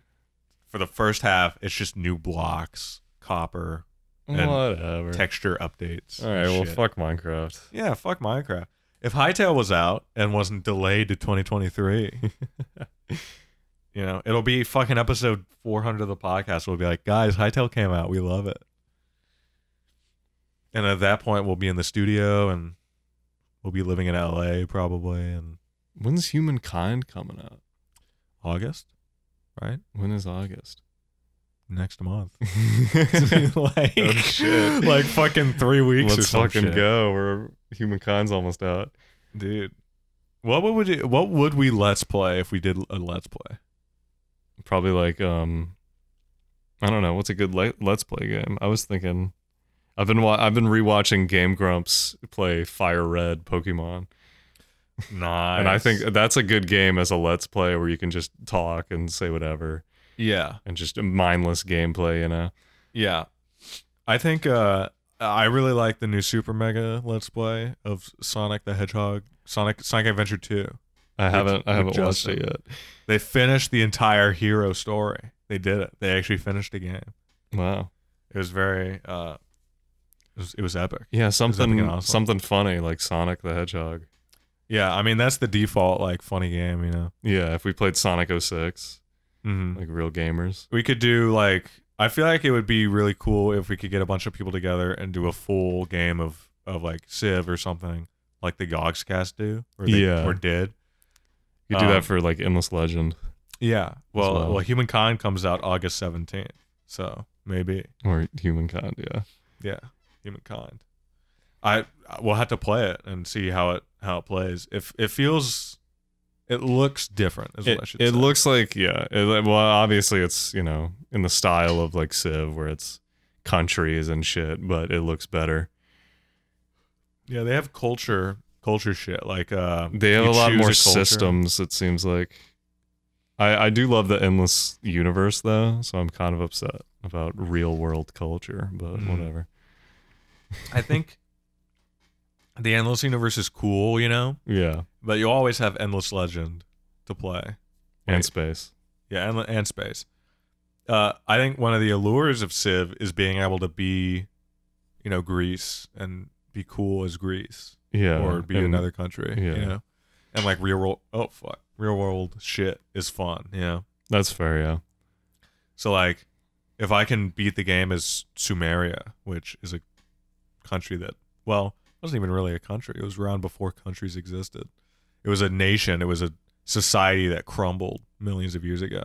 [SPEAKER 2] for the first half, it's just new blocks, copper, And
[SPEAKER 3] Whatever.
[SPEAKER 2] texture updates.
[SPEAKER 3] All right.
[SPEAKER 2] and
[SPEAKER 3] Well,
[SPEAKER 2] shit.
[SPEAKER 3] fuck Minecraft.
[SPEAKER 2] Yeah, fuck Minecraft. If Hightail was out and wasn't delayed to 2023, you know, it'll be fucking episode 400 of the podcast. We'll be like, guys, Hightail came out. We love it. And at that point, we'll be in the studio and we'll be living in LA probably in
[SPEAKER 3] When's Humankind coming out?
[SPEAKER 2] August, right?
[SPEAKER 3] When is August?
[SPEAKER 2] Next month.
[SPEAKER 3] Let's
[SPEAKER 2] like,
[SPEAKER 3] Oh, shit.
[SPEAKER 2] like fucking three weeks or some
[SPEAKER 3] fucking
[SPEAKER 2] shit.
[SPEAKER 3] go. We're Humankind's almost out.
[SPEAKER 2] Dude. What would we, what would we let's play if we did a let's play?
[SPEAKER 3] Probably like um, I don't know. What's a good le- Let's Play game? I was thinking. I've been wa- I've been rewatching Game Grumps play Fire Red Pokemon.
[SPEAKER 2] Nice.
[SPEAKER 3] And I think that's a good game as a let's play where you can just talk and say whatever
[SPEAKER 2] yeah.
[SPEAKER 3] and just mindless gameplay, you know.
[SPEAKER 2] Yeah. I think uh I really like the new Super Mega Let's Play of Sonic the Hedgehog, Sonic Sonic Adventure 2.
[SPEAKER 3] I haven't I
[SPEAKER 2] with
[SPEAKER 3] haven't watched
[SPEAKER 2] Justin.
[SPEAKER 3] it yet.
[SPEAKER 2] They finished the entire hero story. They did it. They actually finished the game.
[SPEAKER 3] Wow.
[SPEAKER 2] It was very uh it was, it was epic.
[SPEAKER 3] Yeah, something
[SPEAKER 2] awesome?
[SPEAKER 3] something funny like Sonic the Hedgehog.
[SPEAKER 2] Yeah, I mean that's the default like funny game, you know.
[SPEAKER 3] Yeah, if we played Sonic 06,
[SPEAKER 2] Mhm.
[SPEAKER 3] like real gamers.
[SPEAKER 2] We could do like I feel like it would be really cool if we could get a bunch of people together and do a full game of of like Civ or something like the Gogscast do or they,
[SPEAKER 3] Yeah.
[SPEAKER 2] or did.
[SPEAKER 3] You do
[SPEAKER 2] Um,
[SPEAKER 3] that for like Endless Legend
[SPEAKER 2] Yeah. Well, well,
[SPEAKER 3] well.
[SPEAKER 2] Humankind comes out August 17th. So maybe.
[SPEAKER 3] or Humankind, yeah.
[SPEAKER 2] Yeah. Humankind. I we'll have to play it and see how it how it plays. If it feels it looks different is what I
[SPEAKER 3] It,
[SPEAKER 2] should
[SPEAKER 3] it
[SPEAKER 2] say.
[SPEAKER 3] looks like yeah. It, like, well, obviously it's, you know, in the style of like Civ where it's countries and shit, but it looks better.
[SPEAKER 2] Yeah, they have culture culture shit like uh
[SPEAKER 3] they have
[SPEAKER 2] you
[SPEAKER 3] a lot
[SPEAKER 2] choose
[SPEAKER 3] more
[SPEAKER 2] culture.
[SPEAKER 3] systems it seems like i i do love the endless universe though so i'm kind of upset about real world culture but
[SPEAKER 2] Mm.
[SPEAKER 3] whatever
[SPEAKER 2] I think the endless universe is cool, you know,
[SPEAKER 3] yeah
[SPEAKER 2] but you always have endless legend to play. Right.
[SPEAKER 3] and space
[SPEAKER 2] Yeah, and, and space. Uh, I think one of the allures of Civ is being able to be, you know, Greece and be cool as Greece
[SPEAKER 3] yeah
[SPEAKER 2] or be
[SPEAKER 3] and-
[SPEAKER 2] another country, you
[SPEAKER 3] yeah.
[SPEAKER 2] know, and like real world. Oh fuck, real world shit is fun, you know.
[SPEAKER 3] that's fair yeah
[SPEAKER 2] So like, if I can beat the game as Sumeria, which is a country that well wasn't even really a country. It was around before countries existed. It was a nation. It was a society that crumbled millions of years ago.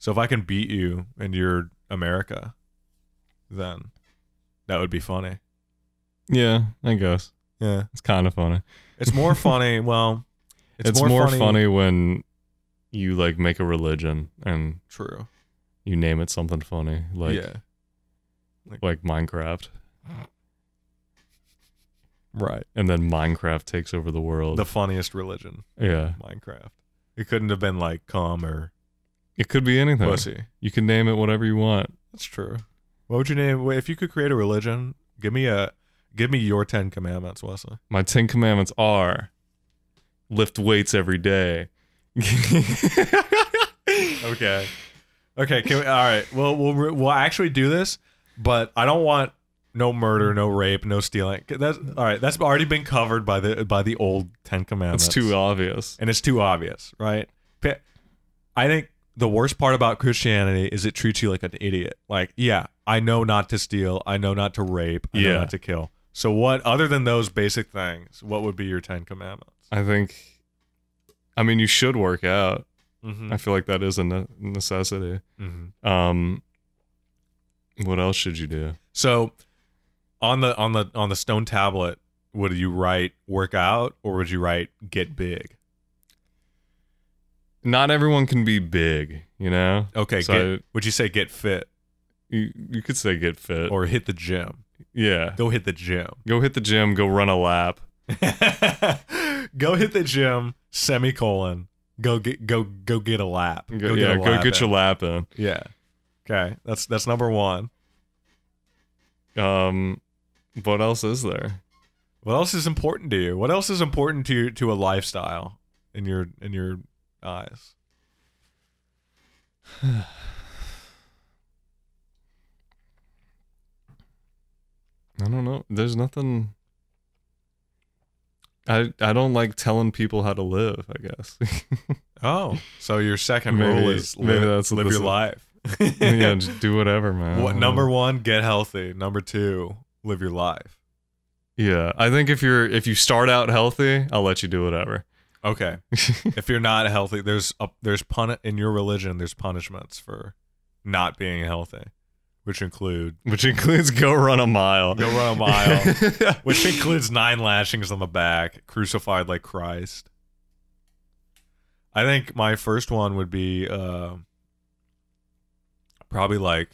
[SPEAKER 2] So if I can beat you and you're America, then that would be funny.
[SPEAKER 3] yeah i guess
[SPEAKER 2] Yeah,
[SPEAKER 3] it's kind of funny
[SPEAKER 2] it's more funny. Well,
[SPEAKER 3] it's, more, funny. when you like make a religion and
[SPEAKER 2] True.
[SPEAKER 3] you name it something funny like
[SPEAKER 2] yeah.
[SPEAKER 3] like minecraft
[SPEAKER 2] Right.
[SPEAKER 3] and then minecraft takes over the world
[SPEAKER 2] The funniest religion,
[SPEAKER 3] yeah
[SPEAKER 2] Minecraft. It couldn't have been like cum or
[SPEAKER 3] it could be anything
[SPEAKER 2] pussy.
[SPEAKER 3] you can name it whatever you want
[SPEAKER 2] That's true. What would you name if you could create a religion? Give me a give me your ten commandments, Wesley.
[SPEAKER 3] My Ten Commandments are lift weights every day.
[SPEAKER 2] Okay. Okay. Can we, all right. Well, we'll re- we'll actually do this, but I don't want no murder, no rape, no stealing. That's all right. That's already been covered by the by the old Ten Commandments.
[SPEAKER 3] That's too obvious.
[SPEAKER 2] and it's too obvious, right? P- I think the worst part about Christianity is it treats you like an idiot. Like, yeah, I know not to steal, I know not to rape, I know
[SPEAKER 3] Yeah.
[SPEAKER 2] not to kill. So what other than those basic things, what would be your 10 commandments?
[SPEAKER 3] I think, I mean, you should work out.
[SPEAKER 2] Mm-hmm.
[SPEAKER 3] I feel like that is a ne- necessity. Um, What else should you do?
[SPEAKER 2] So on the on the on the stone tablet, would you write work out or would you write get big?
[SPEAKER 3] Not everyone can be big, you know.
[SPEAKER 2] Okay,
[SPEAKER 3] So
[SPEAKER 2] get, would you say get fit
[SPEAKER 3] You, you could say get fit.
[SPEAKER 2] or hit the gym?
[SPEAKER 3] yeah.
[SPEAKER 2] Go hit the gym.
[SPEAKER 3] Go hit the gym. Go run a lap.
[SPEAKER 2] go hit the gym. Semicolon. Go get go go get a lap.
[SPEAKER 3] Go, yeah.
[SPEAKER 2] a
[SPEAKER 3] go
[SPEAKER 2] lap
[SPEAKER 3] get
[SPEAKER 2] in.
[SPEAKER 3] your lap in.
[SPEAKER 2] yeah. Okay, that's that's number one.
[SPEAKER 3] Um, what else is there?
[SPEAKER 2] What else is important to you? What else is important to you, to a lifestyle in your in your eyes?
[SPEAKER 3] I don't know. There's nothing. I I don't like telling people how to live. I guess.
[SPEAKER 2] Oh, so your second
[SPEAKER 3] Maybe-
[SPEAKER 2] rule is
[SPEAKER 3] maybe
[SPEAKER 2] live,
[SPEAKER 3] that's what
[SPEAKER 2] live
[SPEAKER 3] this
[SPEAKER 2] your
[SPEAKER 3] is.
[SPEAKER 2] life.
[SPEAKER 3] yeah, just uh, do whatever, man.
[SPEAKER 2] What number one? Get healthy. Number two, live your life.
[SPEAKER 3] Yeah, I think if you're if you start out healthy, I'll let you do whatever.
[SPEAKER 2] Okay. if you're not healthy, there's a, there's pun in your religion. There's punishments for not being healthy, which include
[SPEAKER 3] Which includes go run a mile.
[SPEAKER 2] go run a mile, which includes nine lashings on the back, crucified like Christ. I think my first one would be uh, probably like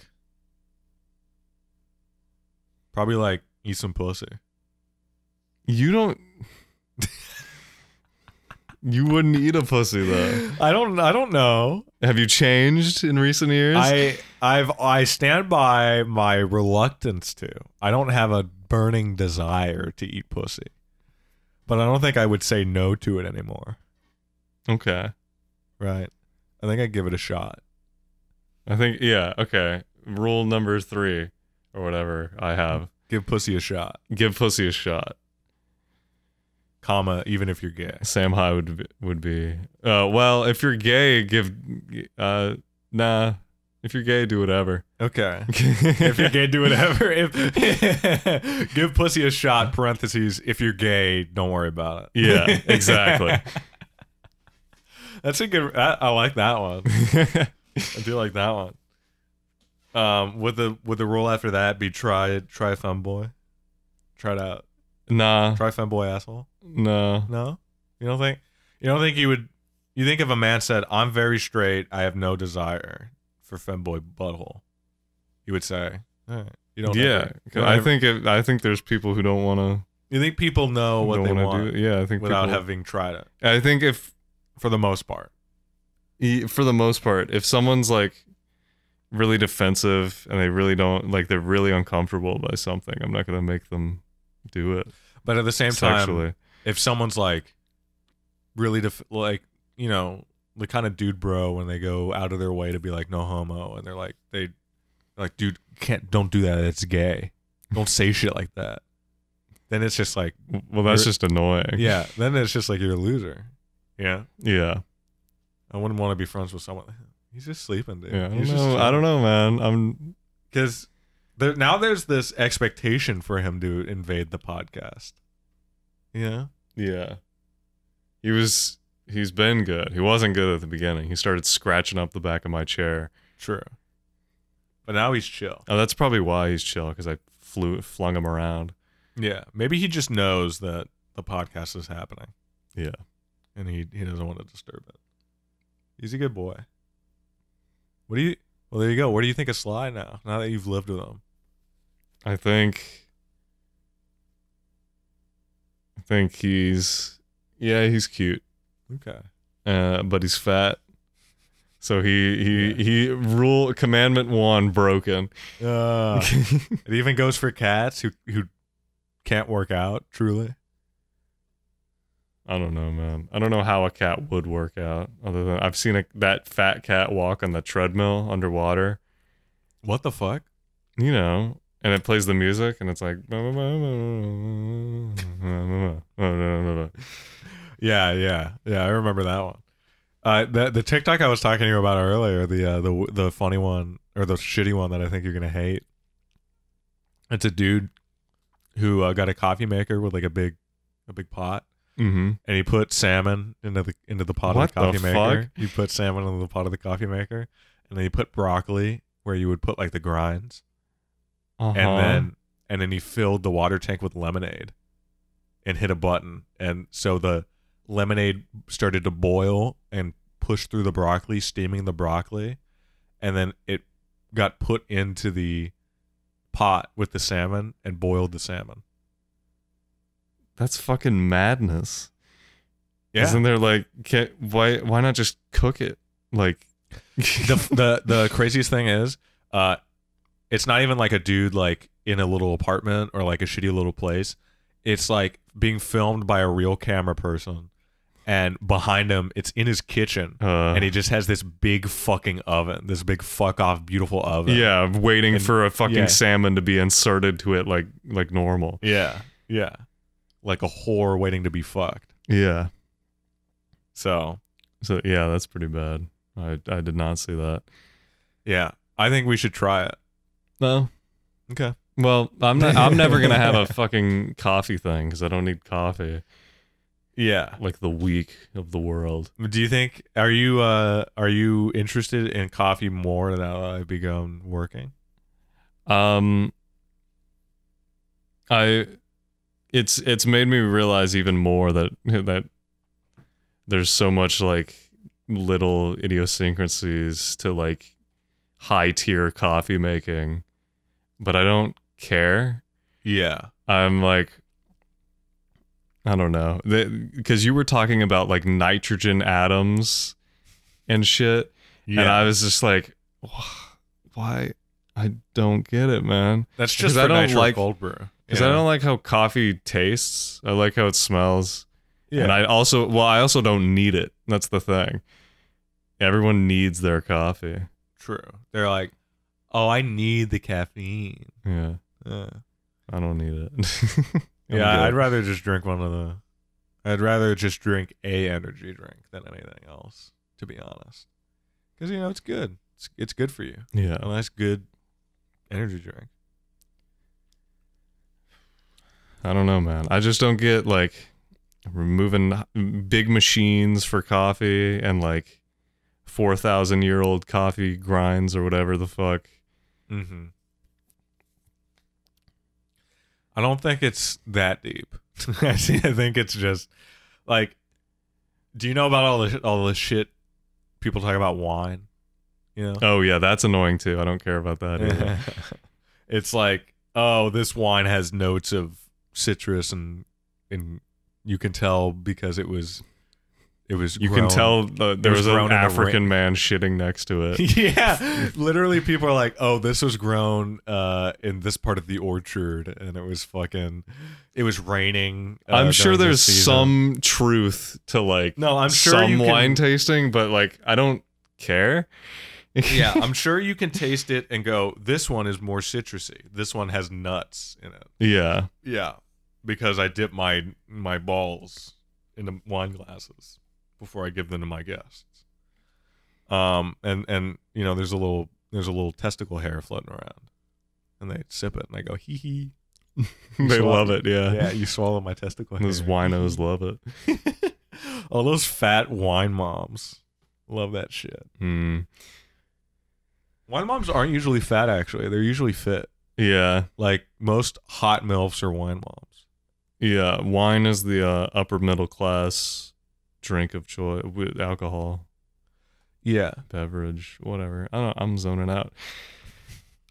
[SPEAKER 2] probably like eat some pussy.
[SPEAKER 3] you don't. You wouldn't eat a pussy though.
[SPEAKER 2] I don't I don't know.
[SPEAKER 3] Have you changed in recent years?
[SPEAKER 2] I I've I stand by my reluctance to. I don't have a burning desire to eat pussy. But I don't think I would say no to it anymore.
[SPEAKER 3] okay.
[SPEAKER 2] Right. I think I'd give it a shot.
[SPEAKER 3] I think yeah. Okay. Rule number three or whatever I have:
[SPEAKER 2] Give pussy a shot.
[SPEAKER 3] give pussy a shot.
[SPEAKER 2] Comma, even if you're gay.
[SPEAKER 3] Sam High would be, would be. Uh, well, if you're gay, give. Uh, nah. If you're gay, do whatever.
[SPEAKER 2] Okay. if you're gay, do whatever. If give pussy a shot, parentheses, if you're gay, don't worry about it.
[SPEAKER 3] Yeah, exactly.
[SPEAKER 2] That's a good I, I like that one. I do like that one. Um, would the would the rule after that be try try femboy? Try it out.
[SPEAKER 3] nah,
[SPEAKER 2] Try femboy asshole?
[SPEAKER 3] no.
[SPEAKER 2] No? You don't think you don't think you would you think if a man said, I'm very straight, I have no desire for femboy butthole, you would say, All right. You don't
[SPEAKER 3] Yeah,
[SPEAKER 2] ever- you
[SPEAKER 3] 'cause
[SPEAKER 2] don't
[SPEAKER 3] I
[SPEAKER 2] ever-
[SPEAKER 3] think if, I think there's people who don't want to
[SPEAKER 2] you think people know what they
[SPEAKER 3] don't
[SPEAKER 2] want
[SPEAKER 3] want to do. Yeah, I think
[SPEAKER 2] without
[SPEAKER 3] people,
[SPEAKER 2] having tried it
[SPEAKER 3] I think if
[SPEAKER 2] for the most part.
[SPEAKER 3] e- for the most part, if someone's like really defensive and they really don't like they're really uncomfortable by something, I'm not gonna make them do it
[SPEAKER 2] But at the same time,
[SPEAKER 3] sexually.
[SPEAKER 2] if someone's like really def- like you know the kind of dude bro when they go out of their way to be like no homo and they're like they like dude can't don't do that it's gay don't say shit like that then it's just like
[SPEAKER 3] Well, that's
[SPEAKER 2] You're-
[SPEAKER 3] just annoying.
[SPEAKER 2] yeah then it's just like you're a loser yeah
[SPEAKER 3] yeah,
[SPEAKER 2] i wouldn't want to be friends with someone he's just sleeping dude
[SPEAKER 3] yeah. I don't know. I don't know, man. I'm
[SPEAKER 2] because there, now there's this expectation for him to invade the podcast yeah
[SPEAKER 3] yeah. He was. He's been good. He wasn't good at the beginning. He started scratching up the back of my chair.
[SPEAKER 2] true but now he's chill
[SPEAKER 3] Oh, that's probably why he's chill because I flew flung him around.
[SPEAKER 2] Yeah, maybe he just knows that the podcast is happening.
[SPEAKER 3] Yeah.
[SPEAKER 2] and he he doesn't want to disturb it. He's a good boy. What do you? Well, there you go. What do you think of Sly now? Now that you've lived with him,
[SPEAKER 3] I think I think he's yeah, he's cute.
[SPEAKER 2] okay.
[SPEAKER 3] Uh but he's fat. So he he he rule commandment 1 broken.
[SPEAKER 2] Uh, it even goes for cats who who can't work out. Truly,
[SPEAKER 3] I don't know, man. I don't know how a cat would work out other than I've seen a, that fat cat walk on the treadmill underwater,
[SPEAKER 2] what the fuck?
[SPEAKER 3] you know, and it plays the music and it's like mm-hmm. Yeah,
[SPEAKER 2] Yeah, yeah, yeah. I remember that one. Uh, the the TikTok I was talking to you about earlier, the uh, the the funny one or the shitty one that I think you're gonna hate. It's a dude who uh, got a coffee maker with like a big a big pot,
[SPEAKER 3] Mhm.
[SPEAKER 2] and he put salmon into the into the pot
[SPEAKER 3] What
[SPEAKER 2] of
[SPEAKER 3] the
[SPEAKER 2] the coffee maker.
[SPEAKER 3] fuck?
[SPEAKER 2] He put salmon into the pot of the coffee maker, and then he put broccoli where you would put like the grinds,
[SPEAKER 3] Uh-huh.
[SPEAKER 2] and then and then he filled the water tank with lemonade and hit a button and so the lemonade started to boil and push through the broccoli steaming the broccoli and then it got put into the pot with the salmon and boiled the salmon
[SPEAKER 3] that's fucking madness.
[SPEAKER 2] yeah
[SPEAKER 3] Isn't there like can why why not just cook it? Like
[SPEAKER 2] the, the the craziest thing is uh it's not even like a dude like in a little apartment or like a shitty little place it's like being filmed by a real camera person and behind him it's in his kitchen
[SPEAKER 3] uh,
[SPEAKER 2] and he just has this big fucking oven, this big fuck off beautiful oven.
[SPEAKER 3] yeah, waiting
[SPEAKER 2] and-
[SPEAKER 3] for a fucking
[SPEAKER 2] yeah.
[SPEAKER 3] salmon to be inserted to it like like normal.
[SPEAKER 2] yeah, yeah, like a whore waiting to be fucked.
[SPEAKER 3] Yeah.
[SPEAKER 2] So
[SPEAKER 3] So yeah, that's pretty bad. I I did not see that.
[SPEAKER 2] yeah, I think we should try it.
[SPEAKER 3] No.
[SPEAKER 2] Okay.
[SPEAKER 3] Well, I'm not, I'm never gonna have a fucking coffee thing because I don't need coffee.
[SPEAKER 2] Yeah.
[SPEAKER 3] Like the weak of the world.
[SPEAKER 2] Do you think are you uh are you interested in coffee more now that I've begun working?
[SPEAKER 3] Um, I, it's it's made me realize even more that that there's so much like little idiosyncrasies to like high tier coffee making, but I don't care.
[SPEAKER 2] Yeah.
[SPEAKER 3] I'm like, I don't know, because you were talking about like nitrogen atoms and shit, and I was just like, why? I don't get it, man.
[SPEAKER 2] that's
[SPEAKER 3] because
[SPEAKER 2] just for
[SPEAKER 3] I don't
[SPEAKER 2] nitro
[SPEAKER 3] like-
[SPEAKER 2] cold brew.
[SPEAKER 3] Because I
[SPEAKER 2] Yeah.
[SPEAKER 3] don't like how coffee tastes. I like how it smells.
[SPEAKER 2] Yeah.
[SPEAKER 3] And I also, well, I also don't need it. That's the thing. Everyone needs their coffee.
[SPEAKER 2] True. They're like, oh, I need the caffeine.
[SPEAKER 3] Yeah.
[SPEAKER 2] Uh.
[SPEAKER 3] I don't need it. I'm
[SPEAKER 2] Yeah, I'd
[SPEAKER 3] good.
[SPEAKER 2] rather just drink one of the. I'd rather just drink a energy drink than anything else, to be honest. Because you know it's good. It's it's good for you. A
[SPEAKER 3] Yeah.
[SPEAKER 2] nice good energy drink.
[SPEAKER 3] I don't know, man. I just don't get like removing big machines for coffee and like 4,000 year old coffee grinds or whatever the fuck.
[SPEAKER 2] Mm-hmm. I don't think it's that deep. I see- I think it's just like, do you know about all the all the shit people talk about wine? You know,
[SPEAKER 3] Oh, yeah. That's annoying too. I don't care about that. Either.
[SPEAKER 2] it's like, oh, this wine has notes of citrus and and you can tell because it was it was
[SPEAKER 3] You
[SPEAKER 2] grown-
[SPEAKER 3] can tell uh, there
[SPEAKER 2] was
[SPEAKER 3] was, an
[SPEAKER 2] grown in a ra-
[SPEAKER 3] African man shitting next to it.
[SPEAKER 2] yeah literally people are like oh this was grown uh in this part of the orchard and it was fucking it was raining uh,
[SPEAKER 3] I'm sure
[SPEAKER 2] during this
[SPEAKER 3] there's
[SPEAKER 2] season."
[SPEAKER 3] some truth to like
[SPEAKER 2] no i'm sure
[SPEAKER 3] some
[SPEAKER 2] you can-
[SPEAKER 3] wine tasting, but like I don't care.
[SPEAKER 2] yeah i'm sure you can taste it and go this one is more citrusy this one has nuts in it
[SPEAKER 3] yeah.
[SPEAKER 2] Yeah, because I dip my my balls into wine glasses before I give them to my guests. Um, and and you know, there's a little there's a little testicle hair floating around, and they sip it, and I go hee hee.
[SPEAKER 3] they
[SPEAKER 2] swallow-
[SPEAKER 3] love it, yeah.
[SPEAKER 2] Yeah, you swallow my testicle hair.
[SPEAKER 3] Those winos love it.
[SPEAKER 2] All those fat wine moms love that shit.
[SPEAKER 3] Mm.
[SPEAKER 2] Wine moms aren't usually fat, actually. They're usually fit.
[SPEAKER 3] Yeah.
[SPEAKER 2] Like most hot milfs are wine moms.
[SPEAKER 3] Yeah. Wine is the uh, upper middle class drink of choice with alcohol,
[SPEAKER 2] Yeah,
[SPEAKER 3] beverage, whatever. I don't I'm zoning out.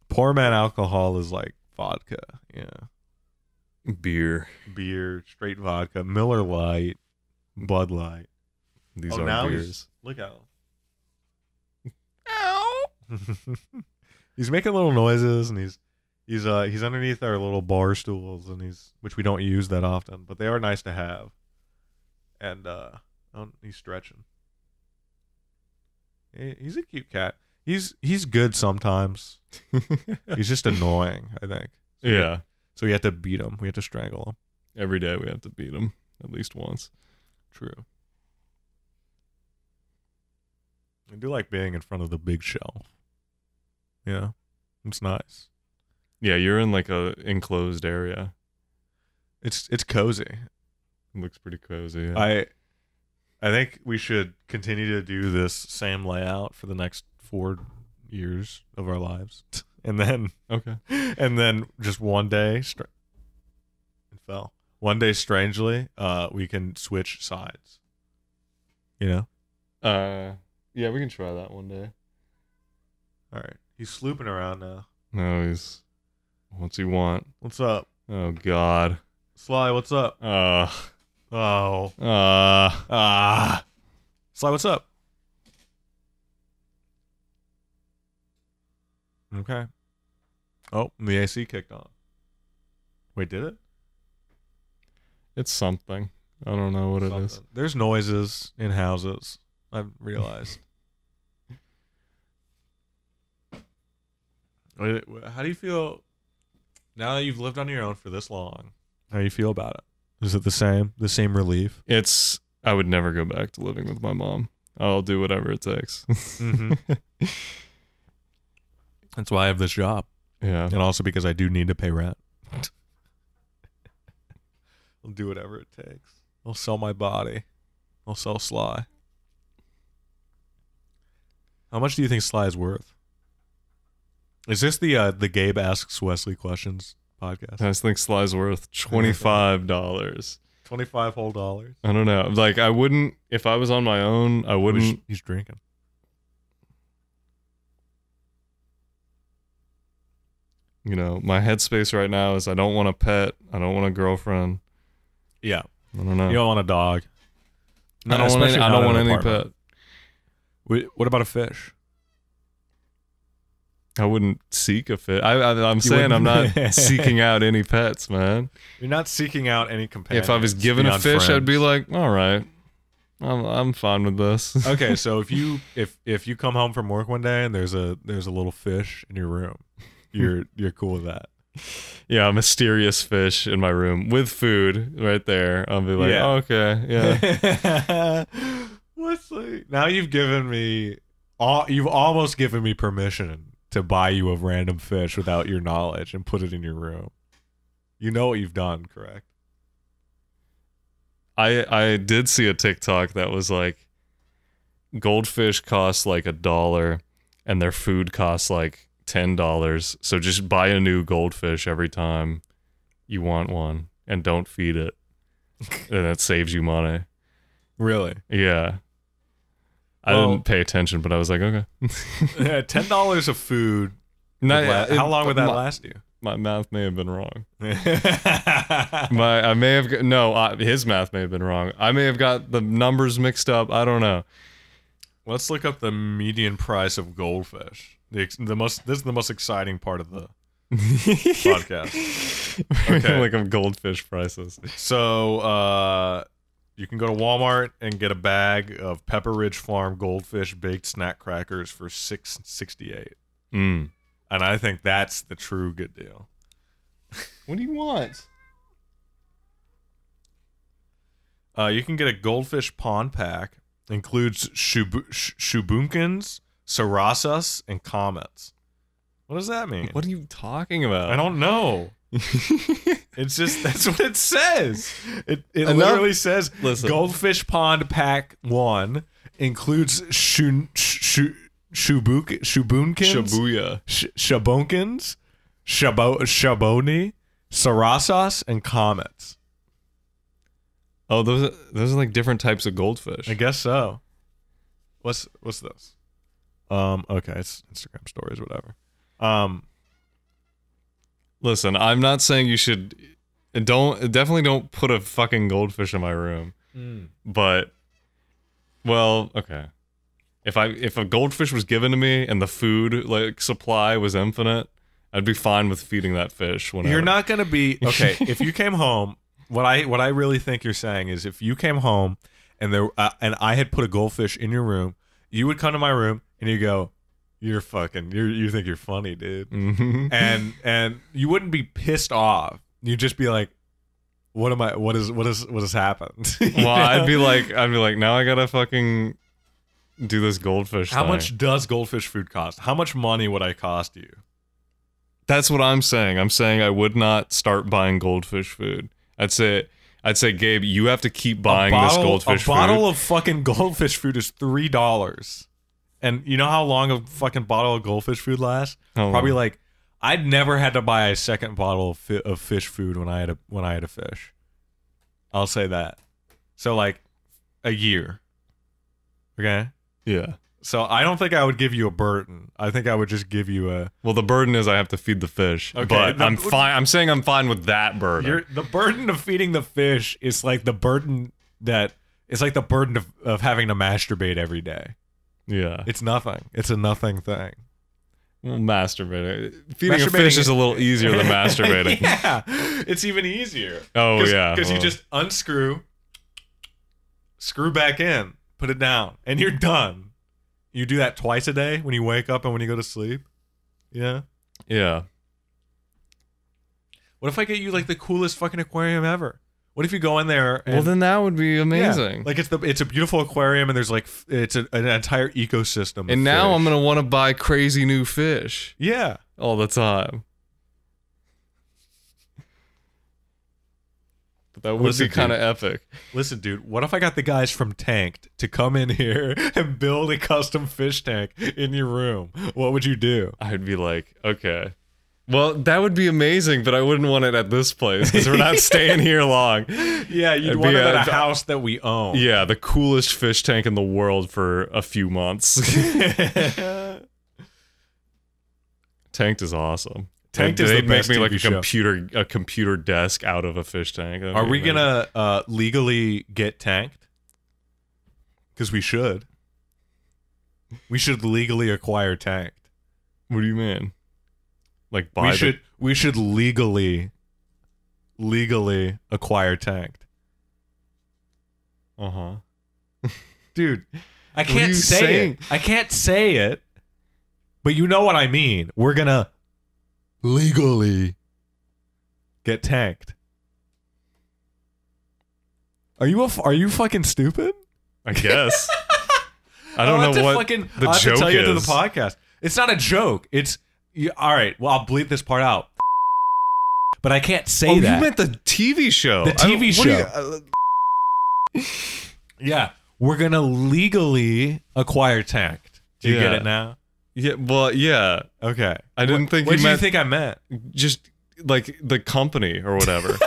[SPEAKER 2] poor man alcohol is like vodka. Yeah.
[SPEAKER 3] Beer.
[SPEAKER 2] beer, straight vodka, Miller Light, Bud Light.
[SPEAKER 3] These
[SPEAKER 2] Oh, now
[SPEAKER 3] are
[SPEAKER 2] he's-
[SPEAKER 3] beers.
[SPEAKER 2] Look out. he's making little noises and he's he's uh he's underneath our little bar stools and he's which we don't use that often, but they are nice to have. And uh oh, he's stretching. He- He's a cute cat. He's he's good sometimes. He's just annoying, I think. So we-
[SPEAKER 3] yeah.
[SPEAKER 2] so we have to beat him. We have to strangle him.
[SPEAKER 3] Every day we have to beat them at least once.
[SPEAKER 2] True. I do like being in front of the big shelf. Yeah, it's nice.
[SPEAKER 3] Yeah, you're in like a enclosed area.
[SPEAKER 2] It's it's cozy.
[SPEAKER 3] It looks pretty cozy. yeah.
[SPEAKER 2] I I think we should continue to do this same layout for the next four years of our lives. and then
[SPEAKER 3] Okay.
[SPEAKER 2] and then just one day str- it fell one day strangely uh we can switch sides you know
[SPEAKER 3] Uh, yeah, we can try that one day.
[SPEAKER 2] all right he's slooping around now
[SPEAKER 3] No, he's. What's he want?
[SPEAKER 2] what's up
[SPEAKER 3] Oh God.
[SPEAKER 2] sly what's up
[SPEAKER 3] Uh.
[SPEAKER 2] oh
[SPEAKER 3] Uh.
[SPEAKER 2] ah sly what's up okay oh and the ac kicked on wait did it
[SPEAKER 3] It's something. I don't know what it is.
[SPEAKER 2] Something. there's noises in houses i've realized Wait, wh- how do you feel now that you've lived on your own for this long how do you feel about it is it the same the same relief
[SPEAKER 3] It's. I would never go back to living with my mom. I'll do whatever it takes.
[SPEAKER 2] Mm-hmm. that's why i have this job
[SPEAKER 3] yeah.
[SPEAKER 2] and also because i do need to pay rent i'll do whatever it takes i'll sell my body i'll sell sly how much do you think sly is worth is this the uh, the gabe asks wesley questions podcast
[SPEAKER 3] I just think Sly's worth twenty five dollars.
[SPEAKER 2] 25 whole dollars
[SPEAKER 3] I don't know. Like I wouldn't if I was on my own. I wouldn't.
[SPEAKER 2] he's drinking
[SPEAKER 3] You know, my headspace right now is I don't want a pet. I don't want a girlfriend.
[SPEAKER 2] yeah
[SPEAKER 3] I don't know.
[SPEAKER 2] you don't want a dog
[SPEAKER 3] I don't want. Any, I don't want any pet.
[SPEAKER 2] pet what about a fish
[SPEAKER 3] I wouldn't seek a fit. I, I, I'm saying I'm
[SPEAKER 2] wouldn't.
[SPEAKER 3] not seeking out any pets, man.
[SPEAKER 2] you're not seeking out any companion
[SPEAKER 3] if I was given a fish, I'd be like, all right, I'm, I'm fine with this.
[SPEAKER 2] okay so if you if if you come home from work one day and there's a there's a little fish in your room you're you're cool with that
[SPEAKER 3] yeah, a mysterious fish in my room with food right there. I'll be like,
[SPEAKER 2] Yeah.
[SPEAKER 3] okay, yeah.
[SPEAKER 2] what's like now you've given me all you've almost given me permission to buy you a random fish without your knowledge and put it in your room you know what you've done correct
[SPEAKER 3] I I did see a TikTok that was like, goldfish costs like a dollar, and their food costs like ten dollars. So just buy a new goldfish every time you want one, and don't feed it, and that saves you money.
[SPEAKER 2] really
[SPEAKER 3] Yeah. I
[SPEAKER 2] Well-
[SPEAKER 3] didn't pay attention, but I was like, okay.
[SPEAKER 2] ten dollars of food
[SPEAKER 3] No,
[SPEAKER 2] would la-
[SPEAKER 3] it-
[SPEAKER 2] how long would that
[SPEAKER 3] my,
[SPEAKER 2] last you
[SPEAKER 3] My math may have been wrong. My I may have got, no, I, his math may have been wrong. I may have got the numbers mixed up. I don't know.
[SPEAKER 2] Let's look up the median price of goldfish. The, ex- the most this is the most exciting part of the podcast. Okay.
[SPEAKER 3] like of goldfish prices.
[SPEAKER 2] So uh, you can go to Walmart and get a bag of Pepper Ridge Farm goldfish baked snack crackers for six sixty eight, Hmm.
[SPEAKER 3] Mm.
[SPEAKER 2] and I think that's the true good deal.
[SPEAKER 3] What do you want?
[SPEAKER 2] Uh, you can get a goldfish pond pack includes shubu- sh- shubunkins, sarasas, and comets. What does that mean?
[SPEAKER 3] What are you talking about?
[SPEAKER 2] I don't know. It's just that's what it says. It it
[SPEAKER 3] Enough-
[SPEAKER 2] literally says
[SPEAKER 3] Listen.
[SPEAKER 2] Goldfish Pond Pack One includes shun sh- sh- shubuk shubunkins
[SPEAKER 3] Shibuya.
[SPEAKER 2] sh- shabunkins shabo shaboni sarasas and comets.
[SPEAKER 3] Oh, those are, those are like different types of goldfish.
[SPEAKER 2] I guess so. What's what's this? Um. Okay. It's Instagram stories. Whatever. Um.
[SPEAKER 3] Listen, I'm not saying you should don't definitely don't put a fucking goldfish in my room. but well okay if i if a goldfish was given to me and the food like supply was infinite i'd be fine with feeding that fish whenever.
[SPEAKER 2] You're not gonna be okay. if you came home, what I what I really think you're saying is, if you came home and there uh, and I had put a goldfish in your room, you would come to my room and you go, "You're fucking. You you think you're funny, dude."
[SPEAKER 3] Mhm.
[SPEAKER 2] And and you wouldn't be pissed off. You'd just be like, "What am I? What is what is what has happened?" You
[SPEAKER 3] well i'd
[SPEAKER 2] know?
[SPEAKER 3] be like i'd be like now i gotta fucking do this goldfish
[SPEAKER 2] How
[SPEAKER 3] thing.
[SPEAKER 2] much does goldfish food cost? How much money would I cost you?
[SPEAKER 3] that's what i'm saying i'm saying i would not start buying goldfish food i'd say i'd say gabe you have to keep buying
[SPEAKER 2] a
[SPEAKER 3] this
[SPEAKER 2] bottle,
[SPEAKER 3] goldfish
[SPEAKER 2] a
[SPEAKER 3] food
[SPEAKER 2] bottle of fucking goldfish food is three dollars, and you know how long a fucking bottle of goldfish food lasts?
[SPEAKER 3] How
[SPEAKER 2] Probably
[SPEAKER 3] long?
[SPEAKER 2] like I'd never had to buy a second bottle of, fi- of fish food when I had a when I had a fish. I'll say that. So like a year. Okay.
[SPEAKER 3] Yeah.
[SPEAKER 2] So I don't think I would give you a burden. I think I would just give you a.
[SPEAKER 3] Well, the burden is I have to feed the fish,
[SPEAKER 2] Okay,
[SPEAKER 3] but
[SPEAKER 2] the-
[SPEAKER 3] I'm fine. I'm saying I'm fine with that burden.
[SPEAKER 2] You're, the burden of feeding the fish is like the burden that it's like the burden of, of having to masturbate every day.
[SPEAKER 3] yeah.
[SPEAKER 2] It's nothing. It's a nothing thing.
[SPEAKER 3] Well, masturbating. Feeding a
[SPEAKER 2] Masturbating
[SPEAKER 3] fish
[SPEAKER 2] is-
[SPEAKER 3] is a little easier than masturbating.
[SPEAKER 2] yeah, it's even easier.
[SPEAKER 3] Oh
[SPEAKER 2] Cause,
[SPEAKER 3] yeah.
[SPEAKER 2] because you
[SPEAKER 3] well,
[SPEAKER 2] just unscrew, screw back in, put it down, and you're done. You do that twice a day when you wake up and when you go to sleep. Yeah.
[SPEAKER 3] yeah.
[SPEAKER 2] What if I get you like the coolest fucking aquarium ever? What if you go in there? And,
[SPEAKER 3] Well, then that would be
[SPEAKER 2] Yeah,
[SPEAKER 3] amazing.
[SPEAKER 2] like it's the it's a beautiful aquarium and there's like f- it's a, an entire ecosystem. of
[SPEAKER 3] and now
[SPEAKER 2] fish.
[SPEAKER 3] I'm gonna want to buy crazy new fish
[SPEAKER 2] yeah.
[SPEAKER 3] all the time. But that would
[SPEAKER 2] Listen,
[SPEAKER 3] be kind of epic.
[SPEAKER 2] Listen, dude, what if I got the guys from Tanked to come in here and build a custom fish tank in your room? What would you do?
[SPEAKER 3] I'd be like, okay. Well, that would be amazing, but I wouldn't want it at this place because we're not staying here long.
[SPEAKER 2] Yeah, you'd
[SPEAKER 3] It'd
[SPEAKER 2] want
[SPEAKER 3] be
[SPEAKER 2] it
[SPEAKER 3] a-
[SPEAKER 2] at a house that we own.
[SPEAKER 3] Yeah, the coolest fish tank in the world for a few months. Tanked is awesome.
[SPEAKER 2] Tanked
[SPEAKER 3] They-
[SPEAKER 2] is the
[SPEAKER 3] they'd
[SPEAKER 2] best
[SPEAKER 3] make me like
[SPEAKER 2] TV
[SPEAKER 3] a
[SPEAKER 2] show.
[SPEAKER 3] computer a computer desk out of a fish tank. That'd
[SPEAKER 2] Are
[SPEAKER 3] be
[SPEAKER 2] we
[SPEAKER 3] amazing.
[SPEAKER 2] gonna uh, legally get tanked? Because we should. We should legally acquire tanked.
[SPEAKER 3] What do you mean? Like buy
[SPEAKER 2] we
[SPEAKER 3] the-
[SPEAKER 2] should we should legally legally acquire tanked,
[SPEAKER 3] Uh huh.
[SPEAKER 2] dude. I
[SPEAKER 3] are you
[SPEAKER 2] can't say
[SPEAKER 3] saying?
[SPEAKER 2] it. I can't say it. But you know what I mean. We're gonna legally get tanked. Are you a, f- are you fucking stupid?
[SPEAKER 3] I guess. I
[SPEAKER 2] I'll
[SPEAKER 3] don't
[SPEAKER 2] have
[SPEAKER 3] know
[SPEAKER 2] to
[SPEAKER 3] what
[SPEAKER 2] fucking,
[SPEAKER 3] the
[SPEAKER 2] I'll have
[SPEAKER 3] joke
[SPEAKER 2] to tell you to the
[SPEAKER 3] is.
[SPEAKER 2] podcast. It's not a joke. It's you, all right. Well, I'll bleep this part out, but I can't say
[SPEAKER 3] Oh,
[SPEAKER 2] that.
[SPEAKER 3] you meant the TV show.
[SPEAKER 2] The
[SPEAKER 3] I don't-
[SPEAKER 2] TV
[SPEAKER 3] what are you-
[SPEAKER 2] uh, yeah, we're gonna legally acquire tanked. Do you get
[SPEAKER 3] Yeah.
[SPEAKER 2] it now?
[SPEAKER 3] yeah. Well, yeah.
[SPEAKER 2] Okay.
[SPEAKER 3] I didn't think
[SPEAKER 2] What
[SPEAKER 3] you
[SPEAKER 2] do you
[SPEAKER 3] meant
[SPEAKER 2] think I meant?
[SPEAKER 3] just like the company or whatever.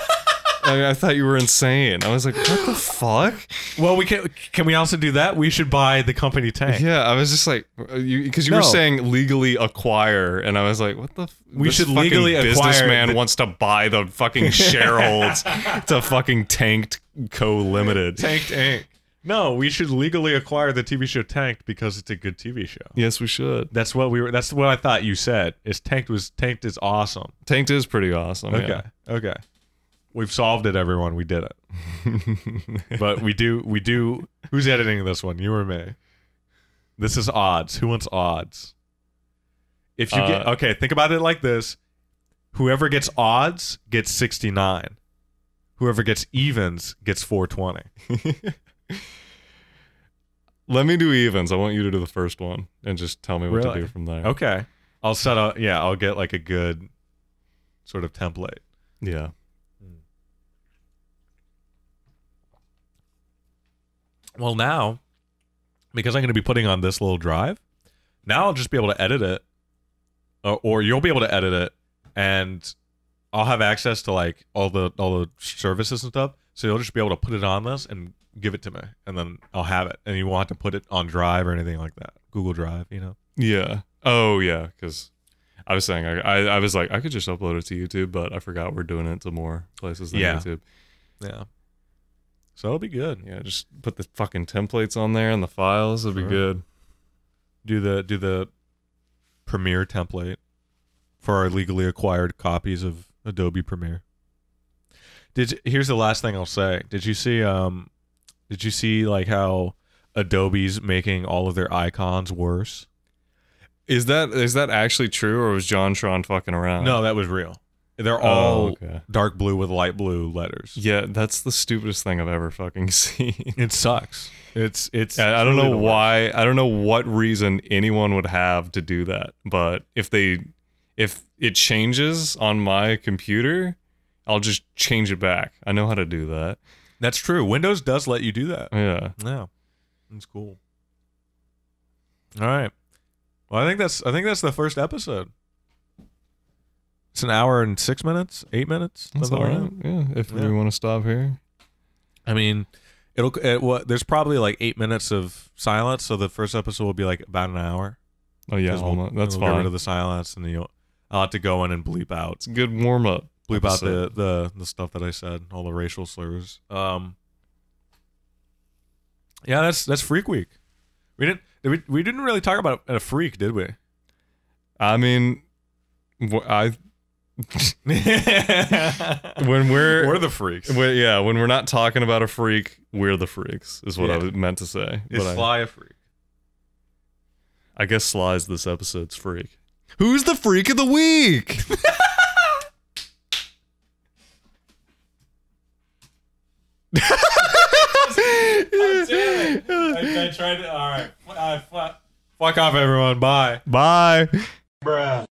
[SPEAKER 3] I, mean, I thought you were insane. I was like, what the fuck?
[SPEAKER 2] Well, we can. Can we also do that? We should buy the company tank.
[SPEAKER 3] Yeah, I was just like, because you, 'cause you were
[SPEAKER 2] No.
[SPEAKER 3] saying legally acquire, and I was like, what the? F-
[SPEAKER 2] We
[SPEAKER 3] this
[SPEAKER 2] should
[SPEAKER 3] fucking
[SPEAKER 2] legally acquire
[SPEAKER 3] Businessman
[SPEAKER 2] the-
[SPEAKER 3] wants to buy the fucking shareholds to fucking tanked co limited.
[SPEAKER 2] Tanked Inc. No, we should legally acquire the TV show Tanked because it's a good TV show.
[SPEAKER 3] Yes, we should.
[SPEAKER 2] That's what we were. That's what I thought you said. Is Tanked was Tanked is awesome.
[SPEAKER 3] Tanked is pretty awesome.
[SPEAKER 2] Okay.
[SPEAKER 3] yeah.
[SPEAKER 2] Okay. We've solved it, everyone. We did it. but we do we do who's editing this one? You or me? This is odds. Who wants odds? If you get
[SPEAKER 3] Uh,
[SPEAKER 2] okay, think about it like this. Whoever gets odds gets sixty nine. Whoever gets evens gets four twenty.
[SPEAKER 3] Let me do evens. I want you to do the first one and just tell me what
[SPEAKER 2] Really?
[SPEAKER 3] to do from there.
[SPEAKER 2] Okay. I'll set up yeah, I'll get like a good sort of template.
[SPEAKER 3] Yeah.
[SPEAKER 2] Well, now, because I'm going to be putting on this little drive, now I'll just be able to edit it, uh, or you'll be able to edit it, and I'll have access to like all the all the services and stuff. So you'll just be able to put it on this and give it to me, and then I'll have it, and you won't have to put it on Drive or anything like that, Google Drive, you know.
[SPEAKER 3] Yeah. Oh yeah. Because I was saying I, I I was like I could just upload it to YouTube, but I forgot we're doing it to more places than
[SPEAKER 2] Yeah.
[SPEAKER 3] YouTube.
[SPEAKER 2] Yeah. So it'll be good.
[SPEAKER 3] Yeah. Just put the fucking templates on there and the files. It'll
[SPEAKER 2] Sure.
[SPEAKER 3] be good.
[SPEAKER 2] Do the do the Premiere template for our legally acquired copies of Adobe Premiere. Did you- here's the last thing I'll say. Did you see um did you see like how Adobe's making all of their icons worse?
[SPEAKER 3] Is that is that actually true, or was John Tron fucking around?
[SPEAKER 2] No, that was real. They're
[SPEAKER 3] Uh-huh. Oh,
[SPEAKER 2] all
[SPEAKER 3] okay.
[SPEAKER 2] dark blue with light blue letters.
[SPEAKER 3] Yeah, that's the stupidest thing I've ever fucking seen.
[SPEAKER 2] It sucks. It's it's
[SPEAKER 3] I I don't
[SPEAKER 2] it's really
[SPEAKER 3] know
[SPEAKER 2] the worst.
[SPEAKER 3] why. I don't know what reason anyone would have to do that. But if they, if it changes on my computer, I'll just change it back. I know how to do that.
[SPEAKER 2] That's true. Windows does let you do that.
[SPEAKER 3] Yeah.
[SPEAKER 2] Yeah, that's cool. All right. Well, I think that's I think that's the first episode. It's an hour and six minutes, eight minutes.
[SPEAKER 3] That's all
[SPEAKER 2] something like
[SPEAKER 3] right. Yeah, if
[SPEAKER 2] Yeah.
[SPEAKER 3] we want to stop here.
[SPEAKER 2] that. I mean, it'll. It, what, there's probably like eight minutes of silence, so the first episode will be like about an hour.
[SPEAKER 3] Oh yeah,
[SPEAKER 2] 'Cause we'll-
[SPEAKER 3] almo- that's
[SPEAKER 2] we'll Get rid
[SPEAKER 3] fine.
[SPEAKER 2] of the silence, and you'll. I'll have to go in and bleep out
[SPEAKER 3] it's a good warm up.
[SPEAKER 2] bleep out the, the the stuff that I said, all the racial slurs. Um, yeah, that's that's Freak Week. We didn't did we, we didn't really talk about a freak, did we?
[SPEAKER 3] I mean, wh- I when we're,
[SPEAKER 2] We're the freaks.
[SPEAKER 3] when- yeah when we're not talking about a freak, we're the freaks is what I
[SPEAKER 2] Yeah.
[SPEAKER 3] was- meant to say.
[SPEAKER 2] Is
[SPEAKER 3] but I,
[SPEAKER 2] Sly a freak?
[SPEAKER 3] I guess Sly's this episode's freak. Who's the freak of the week?
[SPEAKER 2] I Uh, tried to. All right. Fuck off, everyone. Bye.
[SPEAKER 3] Bye.
[SPEAKER 2] Bruh.